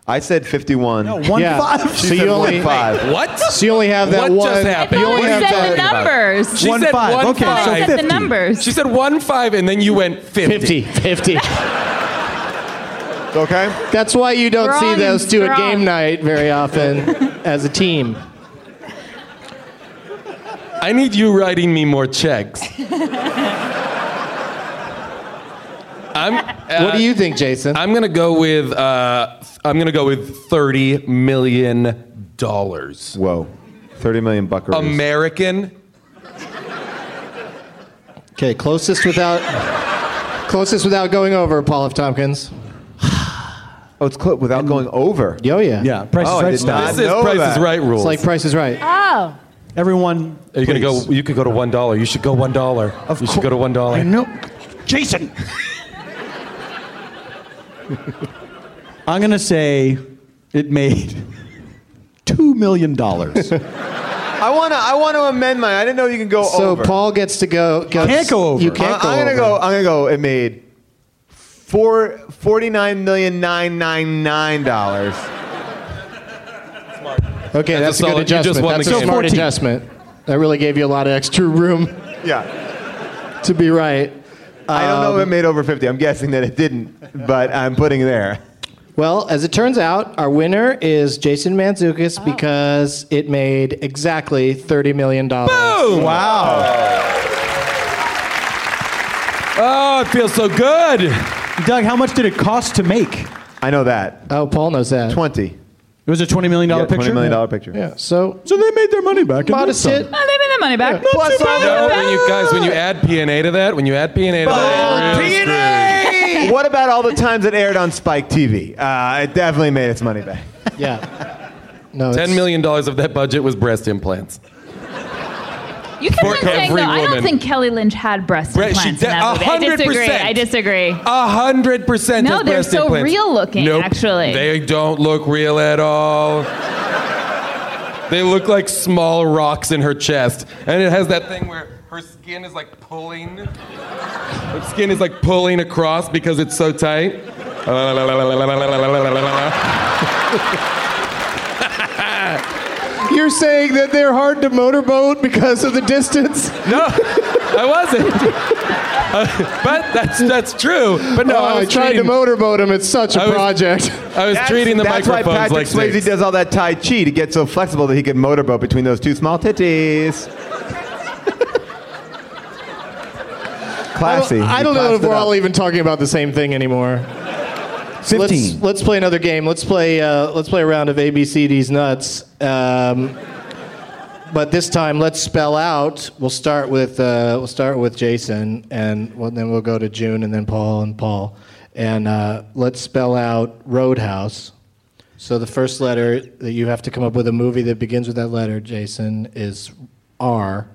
[SPEAKER 6] I said 51.
[SPEAKER 9] No, one
[SPEAKER 4] Yeah.
[SPEAKER 9] five.
[SPEAKER 4] So you only-
[SPEAKER 6] five.
[SPEAKER 8] What?
[SPEAKER 4] So you only have that
[SPEAKER 8] What
[SPEAKER 4] one.
[SPEAKER 8] just
[SPEAKER 10] I
[SPEAKER 8] happened?
[SPEAKER 10] thought
[SPEAKER 8] You
[SPEAKER 10] we
[SPEAKER 8] only
[SPEAKER 10] said
[SPEAKER 8] have to-
[SPEAKER 10] the numbers.
[SPEAKER 8] She
[SPEAKER 9] One
[SPEAKER 8] said
[SPEAKER 9] five.
[SPEAKER 8] one
[SPEAKER 9] Okay,
[SPEAKER 10] I
[SPEAKER 8] five.
[SPEAKER 9] so
[SPEAKER 10] said the
[SPEAKER 9] 50.
[SPEAKER 10] numbers.
[SPEAKER 8] She said one five, and then you went 50.
[SPEAKER 4] 50. 50.
[SPEAKER 6] Okay.
[SPEAKER 4] That's why you don't
[SPEAKER 10] Strong
[SPEAKER 4] see
[SPEAKER 10] and
[SPEAKER 4] those two at
[SPEAKER 10] strong.
[SPEAKER 4] game night very often as a team.
[SPEAKER 8] I need you writing me more checks. I'm, uh,
[SPEAKER 4] what do you think, Jason?
[SPEAKER 8] I'm gonna go with uh, I'm gonna go with 30 million dollars
[SPEAKER 6] Whoa. 30 million buckaroos.
[SPEAKER 8] American.
[SPEAKER 4] Okay, closest without closest without going over, Paul F. Tompkins.
[SPEAKER 6] oh, it's close without going over.
[SPEAKER 4] Yo, yeah.
[SPEAKER 9] Yeah, Price
[SPEAKER 6] Oh, I
[SPEAKER 9] is Right
[SPEAKER 6] did not.
[SPEAKER 9] style.
[SPEAKER 8] This is
[SPEAKER 6] know
[SPEAKER 8] Price
[SPEAKER 6] that.
[SPEAKER 8] is Right rules.
[SPEAKER 4] It's like Price is Right.
[SPEAKER 10] oh.
[SPEAKER 9] Everyone.
[SPEAKER 8] Are you gonna go?
[SPEAKER 9] please.
[SPEAKER 8] You could go to one dollar. You should go one dollar.
[SPEAKER 9] Of
[SPEAKER 8] You should go
[SPEAKER 9] cour-
[SPEAKER 8] to one
[SPEAKER 9] I
[SPEAKER 8] dollar.
[SPEAKER 9] know. Jason. I'm going to say it made $2 million. Can't
[SPEAKER 6] I wanna I wanna amend my I didn't know you can go
[SPEAKER 4] So
[SPEAKER 6] over.
[SPEAKER 4] Paul gets to go. Gets,
[SPEAKER 9] go over.
[SPEAKER 4] You can't
[SPEAKER 6] I,
[SPEAKER 4] go
[SPEAKER 6] am gonna
[SPEAKER 4] over.
[SPEAKER 6] go I'm gonna go it made four forty nine million nine nine nine dollars.
[SPEAKER 4] Okay,
[SPEAKER 8] That's
[SPEAKER 4] that's,
[SPEAKER 8] a
[SPEAKER 4] a, good
[SPEAKER 8] solid- you just
[SPEAKER 4] adjustment.
[SPEAKER 8] won the
[SPEAKER 4] that's a
[SPEAKER 8] game.
[SPEAKER 4] smart
[SPEAKER 9] 14.
[SPEAKER 4] adjustment. That really gave you a lot of extra room
[SPEAKER 6] Yeah.
[SPEAKER 4] to be right. Um,
[SPEAKER 6] I don't know if it made over fifty. I'm guessing that it didn't, but I'm putting it there.
[SPEAKER 4] Well, as it turns out, our winner is Jason Manzukis because it made exactly $30 million.
[SPEAKER 8] Boom!
[SPEAKER 9] Wow.
[SPEAKER 8] Oh, it feels so good.
[SPEAKER 9] Doug, how much did it cost to make?
[SPEAKER 6] I know that.
[SPEAKER 4] Oh, Paul knows that.
[SPEAKER 6] Twenty.
[SPEAKER 9] It was a $20 million
[SPEAKER 6] Yeah,
[SPEAKER 9] picture?
[SPEAKER 6] $20 million picture.
[SPEAKER 4] Yeah, so.
[SPEAKER 9] So they made their money back. and
[SPEAKER 4] Modest
[SPEAKER 9] then
[SPEAKER 4] hit.
[SPEAKER 10] Oh, they made their money back. Not too bad.
[SPEAKER 8] No, when you guys, when you add PNA to that, when you add PNA to that, you're real
[SPEAKER 6] what about all the times it aired on Spike TV? Uh, it definitely made its money back.
[SPEAKER 4] Yeah.
[SPEAKER 8] screwed. Ten million dollars of that budget was breast implants.
[SPEAKER 10] You kept
[SPEAKER 8] For
[SPEAKER 10] on saying
[SPEAKER 8] every
[SPEAKER 10] though. I don't
[SPEAKER 8] woman.
[SPEAKER 10] think Kelly Lynch had breast
[SPEAKER 8] Right, she
[SPEAKER 10] implants
[SPEAKER 8] did-
[SPEAKER 10] in that movie. I
[SPEAKER 8] 100%.
[SPEAKER 10] disagree. I disagree.
[SPEAKER 8] A hundred percent.
[SPEAKER 10] No,
[SPEAKER 8] of
[SPEAKER 10] they're
[SPEAKER 8] breast
[SPEAKER 10] so
[SPEAKER 8] implants.
[SPEAKER 10] real looking,
[SPEAKER 8] Nope.
[SPEAKER 10] actually.
[SPEAKER 8] they don't look real at all. they look like small rocks in her chest, and it has that thing where her skin is like pulling. Her skin is like pulling across because it's so tight.
[SPEAKER 4] You're saying that they're hard to motorboat because of the distance?
[SPEAKER 8] No, I wasn't. Uh, but that's that's true. But no,
[SPEAKER 4] Oh,
[SPEAKER 8] I
[SPEAKER 4] I
[SPEAKER 8] was
[SPEAKER 4] tried
[SPEAKER 8] treating-
[SPEAKER 4] to motorboat him. It's such a
[SPEAKER 8] I was-
[SPEAKER 4] project.
[SPEAKER 8] I was treating the
[SPEAKER 6] That's why
[SPEAKER 8] microphones
[SPEAKER 6] Patrick
[SPEAKER 8] like
[SPEAKER 6] Swayze
[SPEAKER 8] snakes.
[SPEAKER 6] does all that Tai Chi to get so flexible that he could motorboat between those two small titties. Classy.
[SPEAKER 4] I don't
[SPEAKER 6] He
[SPEAKER 4] know if
[SPEAKER 6] classed it
[SPEAKER 4] we're
[SPEAKER 6] up.
[SPEAKER 4] all even talking about the same thing anymore. So Let's,
[SPEAKER 9] 15.
[SPEAKER 4] let's play another game. Let's play. Uh, let's play a round of ABCD's nuts. Um, but this time, let's spell out. We'll start with uh, we'll start with Jason, and well, then we'll go to June, and then Paul and Paul, and uh, let's spell out Roadhouse. So the first letter that you have to come up with a movie that begins with that letter, Jason, is R.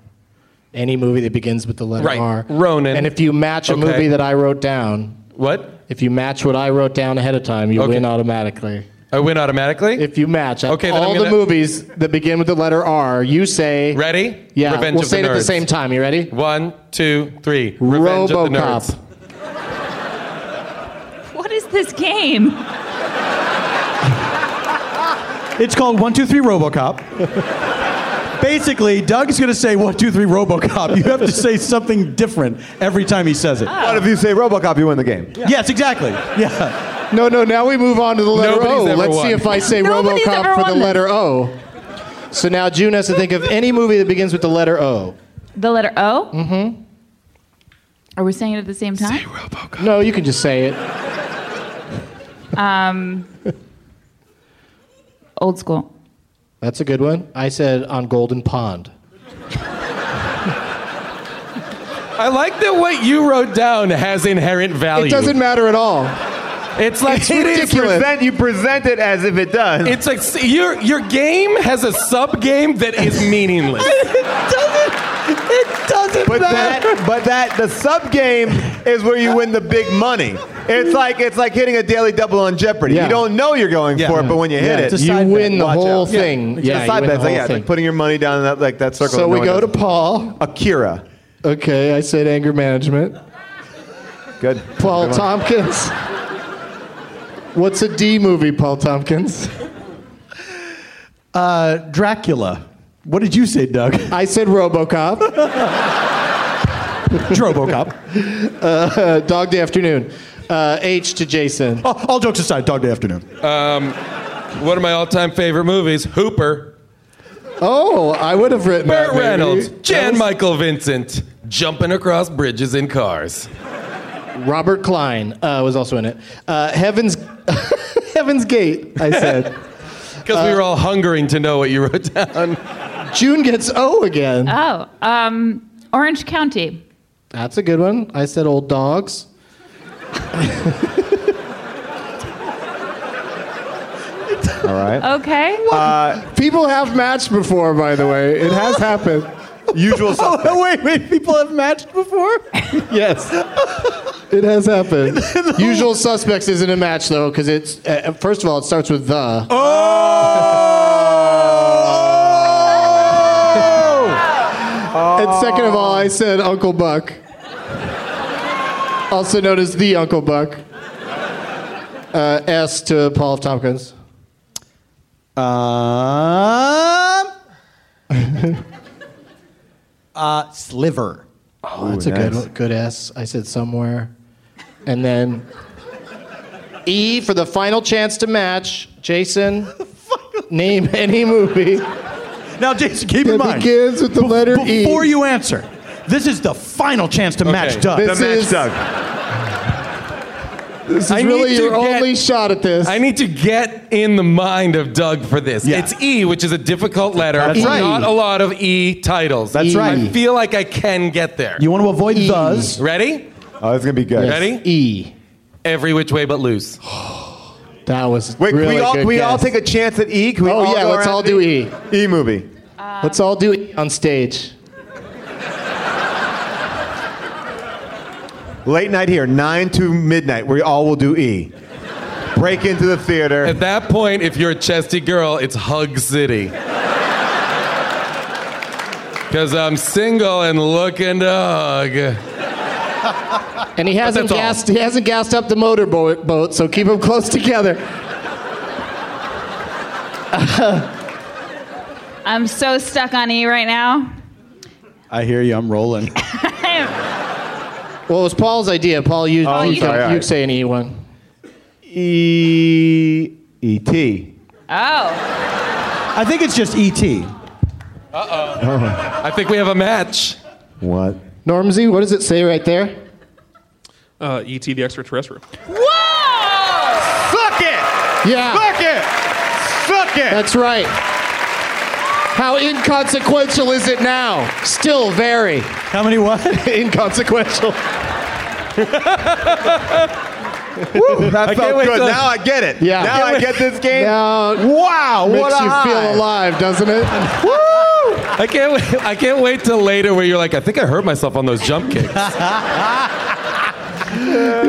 [SPEAKER 4] Any movie that begins with the letter
[SPEAKER 8] Right.
[SPEAKER 4] R.
[SPEAKER 8] Ronin.
[SPEAKER 4] And if you match a
[SPEAKER 8] Okay.
[SPEAKER 4] movie that I wrote down,
[SPEAKER 8] What?
[SPEAKER 4] if you match what I wrote down ahead of time, you
[SPEAKER 8] Okay.
[SPEAKER 4] win automatically.
[SPEAKER 8] I win automatically.
[SPEAKER 4] If you match
[SPEAKER 8] Okay, then
[SPEAKER 4] all
[SPEAKER 8] I'm
[SPEAKER 4] the
[SPEAKER 8] gonna-
[SPEAKER 4] movies that begin with the letter R, you say.
[SPEAKER 8] Ready?
[SPEAKER 4] Yeah,
[SPEAKER 8] Revenge
[SPEAKER 4] we'll
[SPEAKER 8] of
[SPEAKER 4] say
[SPEAKER 8] the
[SPEAKER 4] it at the
[SPEAKER 8] Nerds.
[SPEAKER 4] same time. You ready?
[SPEAKER 8] One, two, three. Revenge of the
[SPEAKER 4] RoboCop.
[SPEAKER 8] Nerds.
[SPEAKER 10] What is this game?
[SPEAKER 9] It's called 123 Robocop. Basically, Doug's going to say 123 Robocop. You have to say something different every time he says
[SPEAKER 8] Ah.
[SPEAKER 9] it.
[SPEAKER 6] What if you say Robocop, you win the game?
[SPEAKER 9] Yes, exactly. Yeah.
[SPEAKER 4] No, no, now we move on to the letter
[SPEAKER 8] Nobody's
[SPEAKER 4] O.
[SPEAKER 8] ever
[SPEAKER 4] Let's
[SPEAKER 8] won.
[SPEAKER 4] see if I say
[SPEAKER 10] Nobody's ever
[SPEAKER 4] Robocop for
[SPEAKER 10] won
[SPEAKER 4] the
[SPEAKER 10] this.
[SPEAKER 4] letter O. So now June has to think of any movie that begins with the letter O.
[SPEAKER 10] The letter O. Mm-hmm. Are we saying it at the same time?
[SPEAKER 4] No, you can just say it.
[SPEAKER 10] Old school.
[SPEAKER 4] That's a good one. I said on Golden Pond.
[SPEAKER 8] I like that what you wrote down has inherent value.
[SPEAKER 4] It doesn't matter at all.
[SPEAKER 8] It's like
[SPEAKER 6] It is
[SPEAKER 4] ridiculous.
[SPEAKER 6] present, you present it as if it does.
[SPEAKER 8] It's like see, your your game has a sub game that is meaningless.
[SPEAKER 9] It doesn't
[SPEAKER 6] But that, but that, the sub game is where you win the big money. It's like it's like hitting a daily double on Jeopardy.
[SPEAKER 4] Yeah.
[SPEAKER 6] You don't know you're going
[SPEAKER 9] Yeah.
[SPEAKER 6] for it, but when you
[SPEAKER 9] Yeah,
[SPEAKER 6] hit
[SPEAKER 9] it's a
[SPEAKER 6] it,
[SPEAKER 9] side
[SPEAKER 4] You
[SPEAKER 9] bet.
[SPEAKER 4] win the
[SPEAKER 6] Watch
[SPEAKER 4] whole
[SPEAKER 6] out.
[SPEAKER 4] thing. Yeah,
[SPEAKER 6] it's a
[SPEAKER 4] you
[SPEAKER 6] side
[SPEAKER 4] win
[SPEAKER 6] bet.
[SPEAKER 4] the
[SPEAKER 6] It's like,
[SPEAKER 4] whole
[SPEAKER 6] yeah,
[SPEAKER 4] thing.
[SPEAKER 6] like putting your money down in that like that circle.
[SPEAKER 4] So
[SPEAKER 6] that
[SPEAKER 4] we
[SPEAKER 6] no one
[SPEAKER 4] go to
[SPEAKER 6] does.
[SPEAKER 4] Paul.
[SPEAKER 6] Akira.
[SPEAKER 4] Okay, I said anger management.
[SPEAKER 6] Good.
[SPEAKER 4] Paul
[SPEAKER 6] Good one.
[SPEAKER 4] Tompkins. What's a D movie, Paul Tompkins?
[SPEAKER 9] Uh, Dracula. What did you say, Doug?
[SPEAKER 4] I said RoboCop.
[SPEAKER 9] Drobocop.
[SPEAKER 4] Uh, Dog Day Afternoon. Uh, H to Jason.
[SPEAKER 9] Oh, all jokes aside, Dog Day Afternoon.
[SPEAKER 8] One of my all-time favorite movies, Hooper.
[SPEAKER 4] Oh, I would have written that
[SPEAKER 8] Burt
[SPEAKER 4] maybe.
[SPEAKER 8] Reynolds, Jan
[SPEAKER 4] That
[SPEAKER 8] Michael Vincent, jumping across bridges in cars.
[SPEAKER 4] was- Robert Klein uh, was also in it. Uh, Heaven's Heaven's Gate. I said.
[SPEAKER 8] Because
[SPEAKER 9] Uh,
[SPEAKER 8] we were all hungering to know what you wrote down.
[SPEAKER 4] June gets O again.
[SPEAKER 10] Oh, um, Orange County.
[SPEAKER 4] That's a good one. I said old dogs.
[SPEAKER 6] All right.
[SPEAKER 10] Okay.
[SPEAKER 8] Uh,
[SPEAKER 4] People have matched before, by the way. It has happened. Oh,
[SPEAKER 6] Usual suspects.
[SPEAKER 9] Oh, wait, wait. People have matched before?
[SPEAKER 4] Yes. It has happened. Usual Suspects isn't a match though, because it's uh, first of all it starts with the.
[SPEAKER 9] Oh!
[SPEAKER 6] Oh!
[SPEAKER 4] And second of all, I said Uncle Buck, also known as the Uncle Buck. Uh, S to Paul Tompkins.
[SPEAKER 9] Um. uh, sliver.
[SPEAKER 4] Oh, that's a
[SPEAKER 6] nice.
[SPEAKER 4] good good S. I said somewhere, and then E for the final chance to match. Jason, name any movie.
[SPEAKER 9] Now, Jason, keep in
[SPEAKER 4] It
[SPEAKER 9] mind.
[SPEAKER 4] begins with the letter E.
[SPEAKER 9] Before you answer, this is the final chance to match
[SPEAKER 8] Okay.
[SPEAKER 9] Doug.
[SPEAKER 4] This
[SPEAKER 6] The match
[SPEAKER 4] is-
[SPEAKER 6] Doug.
[SPEAKER 4] This is
[SPEAKER 9] I need
[SPEAKER 4] really
[SPEAKER 9] to
[SPEAKER 4] your
[SPEAKER 9] get-
[SPEAKER 4] only shot at this.
[SPEAKER 9] I need to get in the mind of Doug for this.
[SPEAKER 4] Yeah.
[SPEAKER 9] It's E, which is a difficult letter.
[SPEAKER 6] That's right.
[SPEAKER 9] Not a lot of E titles.
[SPEAKER 6] That's right.
[SPEAKER 9] I feel like I can get there.
[SPEAKER 6] You want to avoid those.
[SPEAKER 9] Ready?
[SPEAKER 8] E. Oh, it's gonna be good.
[SPEAKER 9] Ready?
[SPEAKER 4] E.
[SPEAKER 9] Every which way but loose.
[SPEAKER 4] that was
[SPEAKER 8] Wait, can
[SPEAKER 4] really
[SPEAKER 8] we all,
[SPEAKER 4] good
[SPEAKER 8] can we all
[SPEAKER 4] guess.
[SPEAKER 8] take a chance at E? Can we
[SPEAKER 4] Oh,
[SPEAKER 8] all
[SPEAKER 4] yeah,
[SPEAKER 8] go
[SPEAKER 4] let's
[SPEAKER 8] around
[SPEAKER 4] all
[SPEAKER 8] and
[SPEAKER 4] do
[SPEAKER 8] E movie.
[SPEAKER 4] Let's all do it on stage.
[SPEAKER 8] Late night here, nine to midnight. We all will do E. Break into the theater.
[SPEAKER 9] At that point, if you're a chesty girl, it's Hug City. Because I'm single and looking to hug.
[SPEAKER 4] And he hasn't
[SPEAKER 9] that's all.
[SPEAKER 4] gassed. He hasn't gassed up the motorboat, boat, so keep them close together.
[SPEAKER 10] I'm so stuck on E right now.
[SPEAKER 6] I hear you. I'm rolling.
[SPEAKER 4] Well, it was Paul's idea. Paul, you
[SPEAKER 8] Oh,
[SPEAKER 4] you,
[SPEAKER 8] you sorry,
[SPEAKER 4] you
[SPEAKER 8] all right.
[SPEAKER 4] say an E one.
[SPEAKER 8] E E T.
[SPEAKER 10] Oh.
[SPEAKER 6] I think it's just E ET.
[SPEAKER 9] I think we have a match.
[SPEAKER 8] What?
[SPEAKER 4] Normsy, what does it say right there?
[SPEAKER 12] Uh, ET the extraterrestrial.
[SPEAKER 8] Fuck it!
[SPEAKER 4] Yeah,
[SPEAKER 8] Fuck it! Fuck it!
[SPEAKER 4] that's right. How inconsequential is it now? Still very
[SPEAKER 6] How many what?
[SPEAKER 4] inconsequential.
[SPEAKER 8] Woo, that
[SPEAKER 9] can't
[SPEAKER 8] felt
[SPEAKER 9] wait
[SPEAKER 8] good.
[SPEAKER 9] till-
[SPEAKER 8] Now I get it.
[SPEAKER 4] Yeah.
[SPEAKER 8] Now I get this game.
[SPEAKER 4] Now
[SPEAKER 8] wow,
[SPEAKER 4] makes
[SPEAKER 8] what a
[SPEAKER 4] you
[SPEAKER 8] high.
[SPEAKER 4] feel alive, doesn't it?
[SPEAKER 9] I can't, wait, I can't wait till later where you're like, I think I hurt myself on those jump kicks.
[SPEAKER 4] you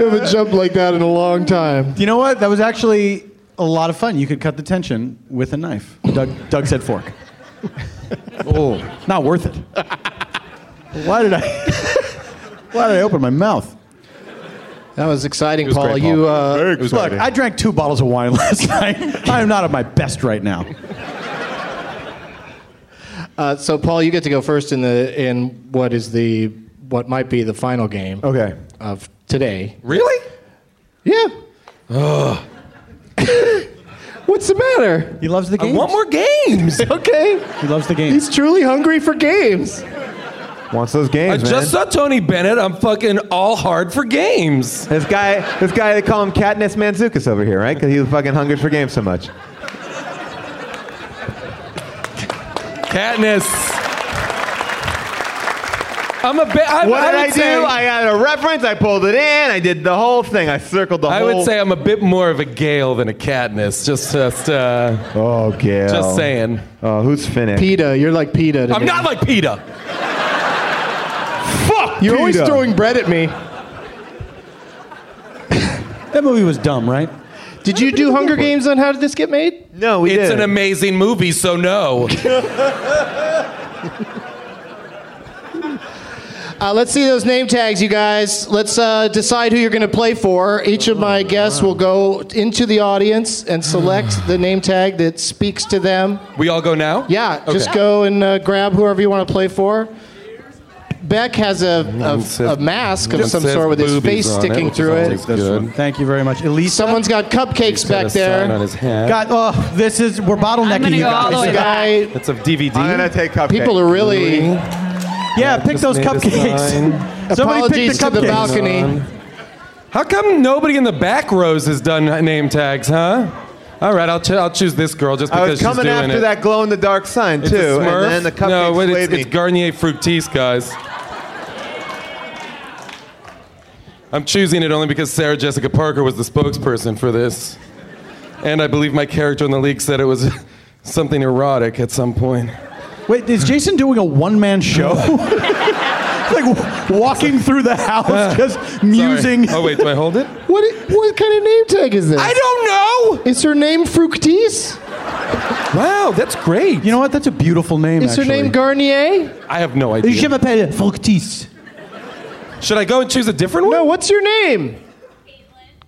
[SPEAKER 4] haven't jumped like that in a long time.
[SPEAKER 6] You know what? That was actually a lot of fun. You could cut the tension with a knife. Doug, Doug said fork. oh, not worth it. Why did I? Why did I open my mouth?
[SPEAKER 4] That was exciting,
[SPEAKER 9] was
[SPEAKER 4] Paul.
[SPEAKER 9] great,
[SPEAKER 4] You
[SPEAKER 9] Paul.
[SPEAKER 4] uh,
[SPEAKER 8] Very
[SPEAKER 6] Look,
[SPEAKER 8] exciting.
[SPEAKER 6] I drank two bottles of wine last night. I am not at my best right now.
[SPEAKER 4] Uh, so, Paul, you get to go first in the in what is the what might be the final game
[SPEAKER 8] okay.
[SPEAKER 4] of today.
[SPEAKER 9] really?
[SPEAKER 4] Yeah. What's the matter?
[SPEAKER 6] He loves the
[SPEAKER 9] I
[SPEAKER 6] games.
[SPEAKER 9] want more games.
[SPEAKER 4] Okay,
[SPEAKER 6] He loves the games.
[SPEAKER 4] he's truly hungry for games.
[SPEAKER 8] Wants those
[SPEAKER 9] I
[SPEAKER 8] games, man.
[SPEAKER 9] just saw Tony Bennett. I'm fucking all hard for games.
[SPEAKER 8] this guy, this guy, they call him Katniss Manzoukas over here, right? Because he was fucking hungry for games so much.
[SPEAKER 9] Katniss. I'm a bit. I,
[SPEAKER 8] What
[SPEAKER 9] I
[SPEAKER 8] did
[SPEAKER 9] would
[SPEAKER 8] I do?
[SPEAKER 9] say-
[SPEAKER 8] I had a reference. I pulled it in. I did the whole thing. I circled the
[SPEAKER 9] I
[SPEAKER 8] whole.
[SPEAKER 9] would say I'm a bit more of a Gale than a Katniss. Just, just, uh,
[SPEAKER 8] Oh, Gail.
[SPEAKER 9] just saying.
[SPEAKER 8] Oh, who's Finnick?
[SPEAKER 4] Peta, you're like Peta. To
[SPEAKER 9] I'm
[SPEAKER 4] me.
[SPEAKER 9] not like Peta.
[SPEAKER 8] Fuck.
[SPEAKER 4] You're always
[SPEAKER 8] Peter.
[SPEAKER 4] throwing bread at me.
[SPEAKER 6] That movie was dumb, right?
[SPEAKER 4] Did you do Hunger Games on How Did This Get Made?
[SPEAKER 8] No, we
[SPEAKER 9] It's
[SPEAKER 8] did.
[SPEAKER 9] an amazing movie, so no.
[SPEAKER 4] Uh, let's see those name tags, you guys. Let's uh, decide who you're going to play for. Each of my guests will go into the audience and select the name tag that speaks to them.
[SPEAKER 9] We all go now.
[SPEAKER 4] Yeah,
[SPEAKER 9] Okay.
[SPEAKER 4] just go and uh, grab whoever you want to play for. Beck has a, a, a mask of
[SPEAKER 9] Just
[SPEAKER 4] some
[SPEAKER 9] says
[SPEAKER 4] sort with his
[SPEAKER 9] boobies
[SPEAKER 4] face
[SPEAKER 9] on it,
[SPEAKER 4] sticking
[SPEAKER 9] which is
[SPEAKER 4] through
[SPEAKER 9] always
[SPEAKER 4] it.
[SPEAKER 6] This
[SPEAKER 9] good.
[SPEAKER 6] one. Thank you very much. Elise,
[SPEAKER 4] Someone's got cupcakes
[SPEAKER 9] Got a
[SPEAKER 4] back
[SPEAKER 9] sign on
[SPEAKER 4] there.
[SPEAKER 9] his hat.
[SPEAKER 6] God, oh, this is we're
[SPEAKER 10] I'm gonna
[SPEAKER 6] bottlenecking you
[SPEAKER 10] go all the
[SPEAKER 6] guys.
[SPEAKER 10] way
[SPEAKER 4] The
[SPEAKER 10] back.
[SPEAKER 4] guy,
[SPEAKER 9] That's a DVD.
[SPEAKER 8] I'm gonna take cupcake.
[SPEAKER 4] people are really
[SPEAKER 6] Yeah, pick those
[SPEAKER 9] made a sign.
[SPEAKER 6] cupcakes. Somebody pick
[SPEAKER 4] apologies
[SPEAKER 6] the
[SPEAKER 4] to
[SPEAKER 6] cupcakes.
[SPEAKER 4] the balcony.
[SPEAKER 9] On. How come nobody in the back rows has done name tags, huh? All right, I'll, ch- I'll choose this girl just
[SPEAKER 8] I
[SPEAKER 9] because
[SPEAKER 8] was
[SPEAKER 9] she's
[SPEAKER 8] coming
[SPEAKER 9] doing
[SPEAKER 8] after
[SPEAKER 9] it.
[SPEAKER 8] that glow in the dark sign
[SPEAKER 9] It's
[SPEAKER 8] too,
[SPEAKER 9] a Smurf.
[SPEAKER 8] and then the cupcakes
[SPEAKER 9] no, wait,
[SPEAKER 8] played
[SPEAKER 9] it's,
[SPEAKER 8] me.
[SPEAKER 9] it's Garnier Fructis, guys. I'm choosing it only because Sarah Jessica Parker was the spokesperson for this, and I believe my character in the league said it was something erotic at some point.
[SPEAKER 6] Wait, is Jason doing a one-man show? like w- walking through the house, just musing.
[SPEAKER 9] Uh, Sorry. Oh wait, do I hold it?
[SPEAKER 4] What, what kind of name tag is this?
[SPEAKER 9] I don't know.
[SPEAKER 4] Is her name Fructis?
[SPEAKER 9] Wow, that's great.
[SPEAKER 6] You know what? That's a beautiful name.
[SPEAKER 4] Is her name Garnier?
[SPEAKER 9] I have no idea.
[SPEAKER 6] Je m'appelle Folktis.
[SPEAKER 9] Should I go and choose a different one?
[SPEAKER 4] No, what's your name?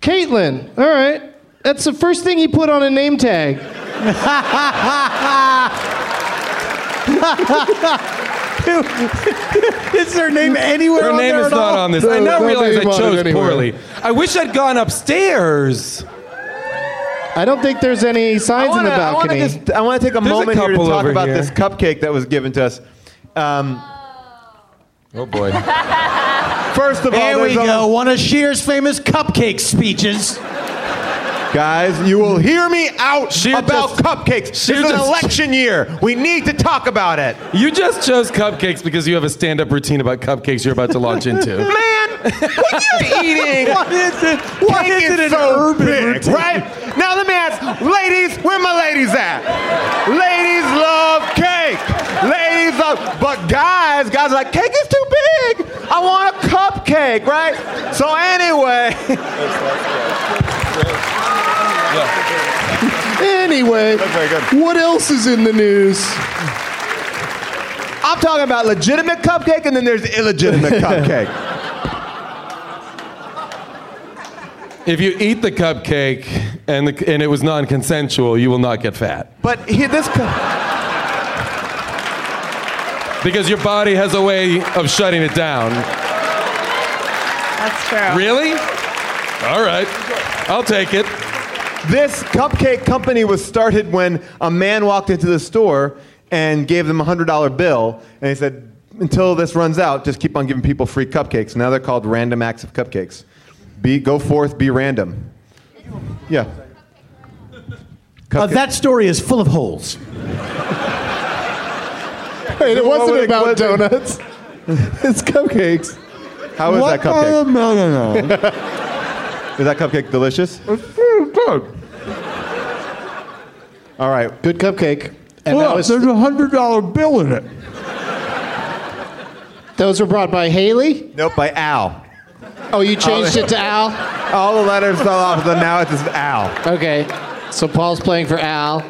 [SPEAKER 4] Caitlin. All right. That's the first thing he put on a name tag.
[SPEAKER 6] Is her name anywhere?
[SPEAKER 9] Her
[SPEAKER 6] on
[SPEAKER 9] name
[SPEAKER 6] there
[SPEAKER 9] is
[SPEAKER 6] at
[SPEAKER 9] not
[SPEAKER 6] all?
[SPEAKER 9] on this.
[SPEAKER 4] No,
[SPEAKER 9] I now
[SPEAKER 4] no
[SPEAKER 9] realize I
[SPEAKER 4] name on it
[SPEAKER 9] chose
[SPEAKER 4] anywhere.
[SPEAKER 9] poorly. I wish I'd gone upstairs.
[SPEAKER 4] I don't think there's any
[SPEAKER 8] I
[SPEAKER 4] signs
[SPEAKER 8] wanna-
[SPEAKER 4] in the
[SPEAKER 8] I
[SPEAKER 4] balcony.
[SPEAKER 8] wanna just- I want to take a
[SPEAKER 9] There's a
[SPEAKER 8] moment here to
[SPEAKER 9] couple
[SPEAKER 8] talk
[SPEAKER 9] over
[SPEAKER 8] about
[SPEAKER 9] here.
[SPEAKER 8] this cupcake that was given to us. Um,
[SPEAKER 9] Oh boy. First of all,
[SPEAKER 6] Here we
[SPEAKER 9] there's a-
[SPEAKER 6] go. One of Shear's famous cupcake speeches.
[SPEAKER 9] Guys, you will hear me out about cupcakes. It's
[SPEAKER 8] Sheer
[SPEAKER 9] an
[SPEAKER 8] just-
[SPEAKER 9] election year. We need to talk about it.
[SPEAKER 8] You just chose cupcakes because you have a stand up routine about cupcakes you're about to launch into.
[SPEAKER 9] Man, what are you eating?
[SPEAKER 6] What is it?
[SPEAKER 9] What is it so big, right? Now let me ask, ladies, where my ladies at? ladies love cake. Ladies love, but guys, guys are like, cake is too big. I want a cupcake, right? So anyway.
[SPEAKER 13] Anyway, what else is in the news?
[SPEAKER 9] I'm talking about legitimate cupcake, and then there's illegitimate cupcake.
[SPEAKER 8] If you eat the cupcake and, the, and it was non consensual, you will not get fat.
[SPEAKER 9] But here, this. cu-
[SPEAKER 8] Because your body has a way of shutting it down.
[SPEAKER 10] That's true.
[SPEAKER 8] Really? All right. I'll take it.
[SPEAKER 9] This cupcake company was started when a man walked into the store and gave them a $100 bill, and he said, until this runs out, just keep on giving people free cupcakes. Now they're called random acts of cupcakes. Be, go forth, be random. Yeah.
[SPEAKER 6] Uh, that story is full of holes.
[SPEAKER 9] Wait,
[SPEAKER 6] it wasn't about
[SPEAKER 9] donuts. it's cupcakes. How is
[SPEAKER 6] What
[SPEAKER 9] that cupcake?
[SPEAKER 6] kind of- no, no,
[SPEAKER 9] is
[SPEAKER 6] no.
[SPEAKER 9] that cupcake delicious? All right.
[SPEAKER 4] Good cupcake. And
[SPEAKER 6] Look,
[SPEAKER 4] that was,
[SPEAKER 6] Oh, there's a hundred dollar bill in it.
[SPEAKER 4] those were brought by Haley.
[SPEAKER 9] Nope, by Al.
[SPEAKER 4] Oh, you changed
[SPEAKER 9] Al-
[SPEAKER 4] it to Al.
[SPEAKER 9] All the letters fell off, so now it's just Al.
[SPEAKER 4] Okay, so Paul's playing for Al,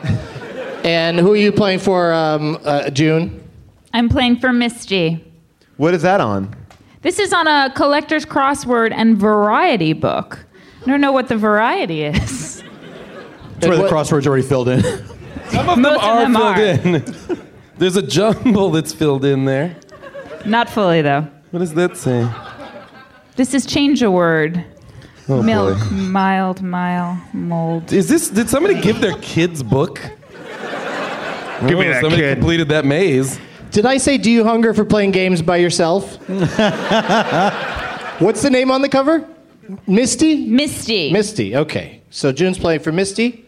[SPEAKER 4] and who are you playing for, um, uh, June?
[SPEAKER 10] I'm playing for Misty.
[SPEAKER 9] What is that on?
[SPEAKER 10] This is on a collector's crossword and variety book. I don't know what the variety is.
[SPEAKER 6] That's where the crossword's already filled in.
[SPEAKER 8] Some of them
[SPEAKER 10] Most of
[SPEAKER 8] are
[SPEAKER 10] them are.
[SPEAKER 8] filled in. There's a jumble that's filled in there.
[SPEAKER 10] Not fully, though.
[SPEAKER 8] What does that say?
[SPEAKER 10] This is change a word.
[SPEAKER 8] Oh,
[SPEAKER 10] Milk,
[SPEAKER 8] boy.
[SPEAKER 10] mild, mile, mold.
[SPEAKER 8] Is this? Did somebody give their kids book?
[SPEAKER 9] Give me
[SPEAKER 8] Oh,
[SPEAKER 9] that
[SPEAKER 8] somebody
[SPEAKER 9] kid.
[SPEAKER 8] completed that maze.
[SPEAKER 4] Did I say do you hunger for playing games by yourself? What's the name on the cover? Misty.
[SPEAKER 10] Misty.
[SPEAKER 4] Misty. Okay, so June's playing for Misty,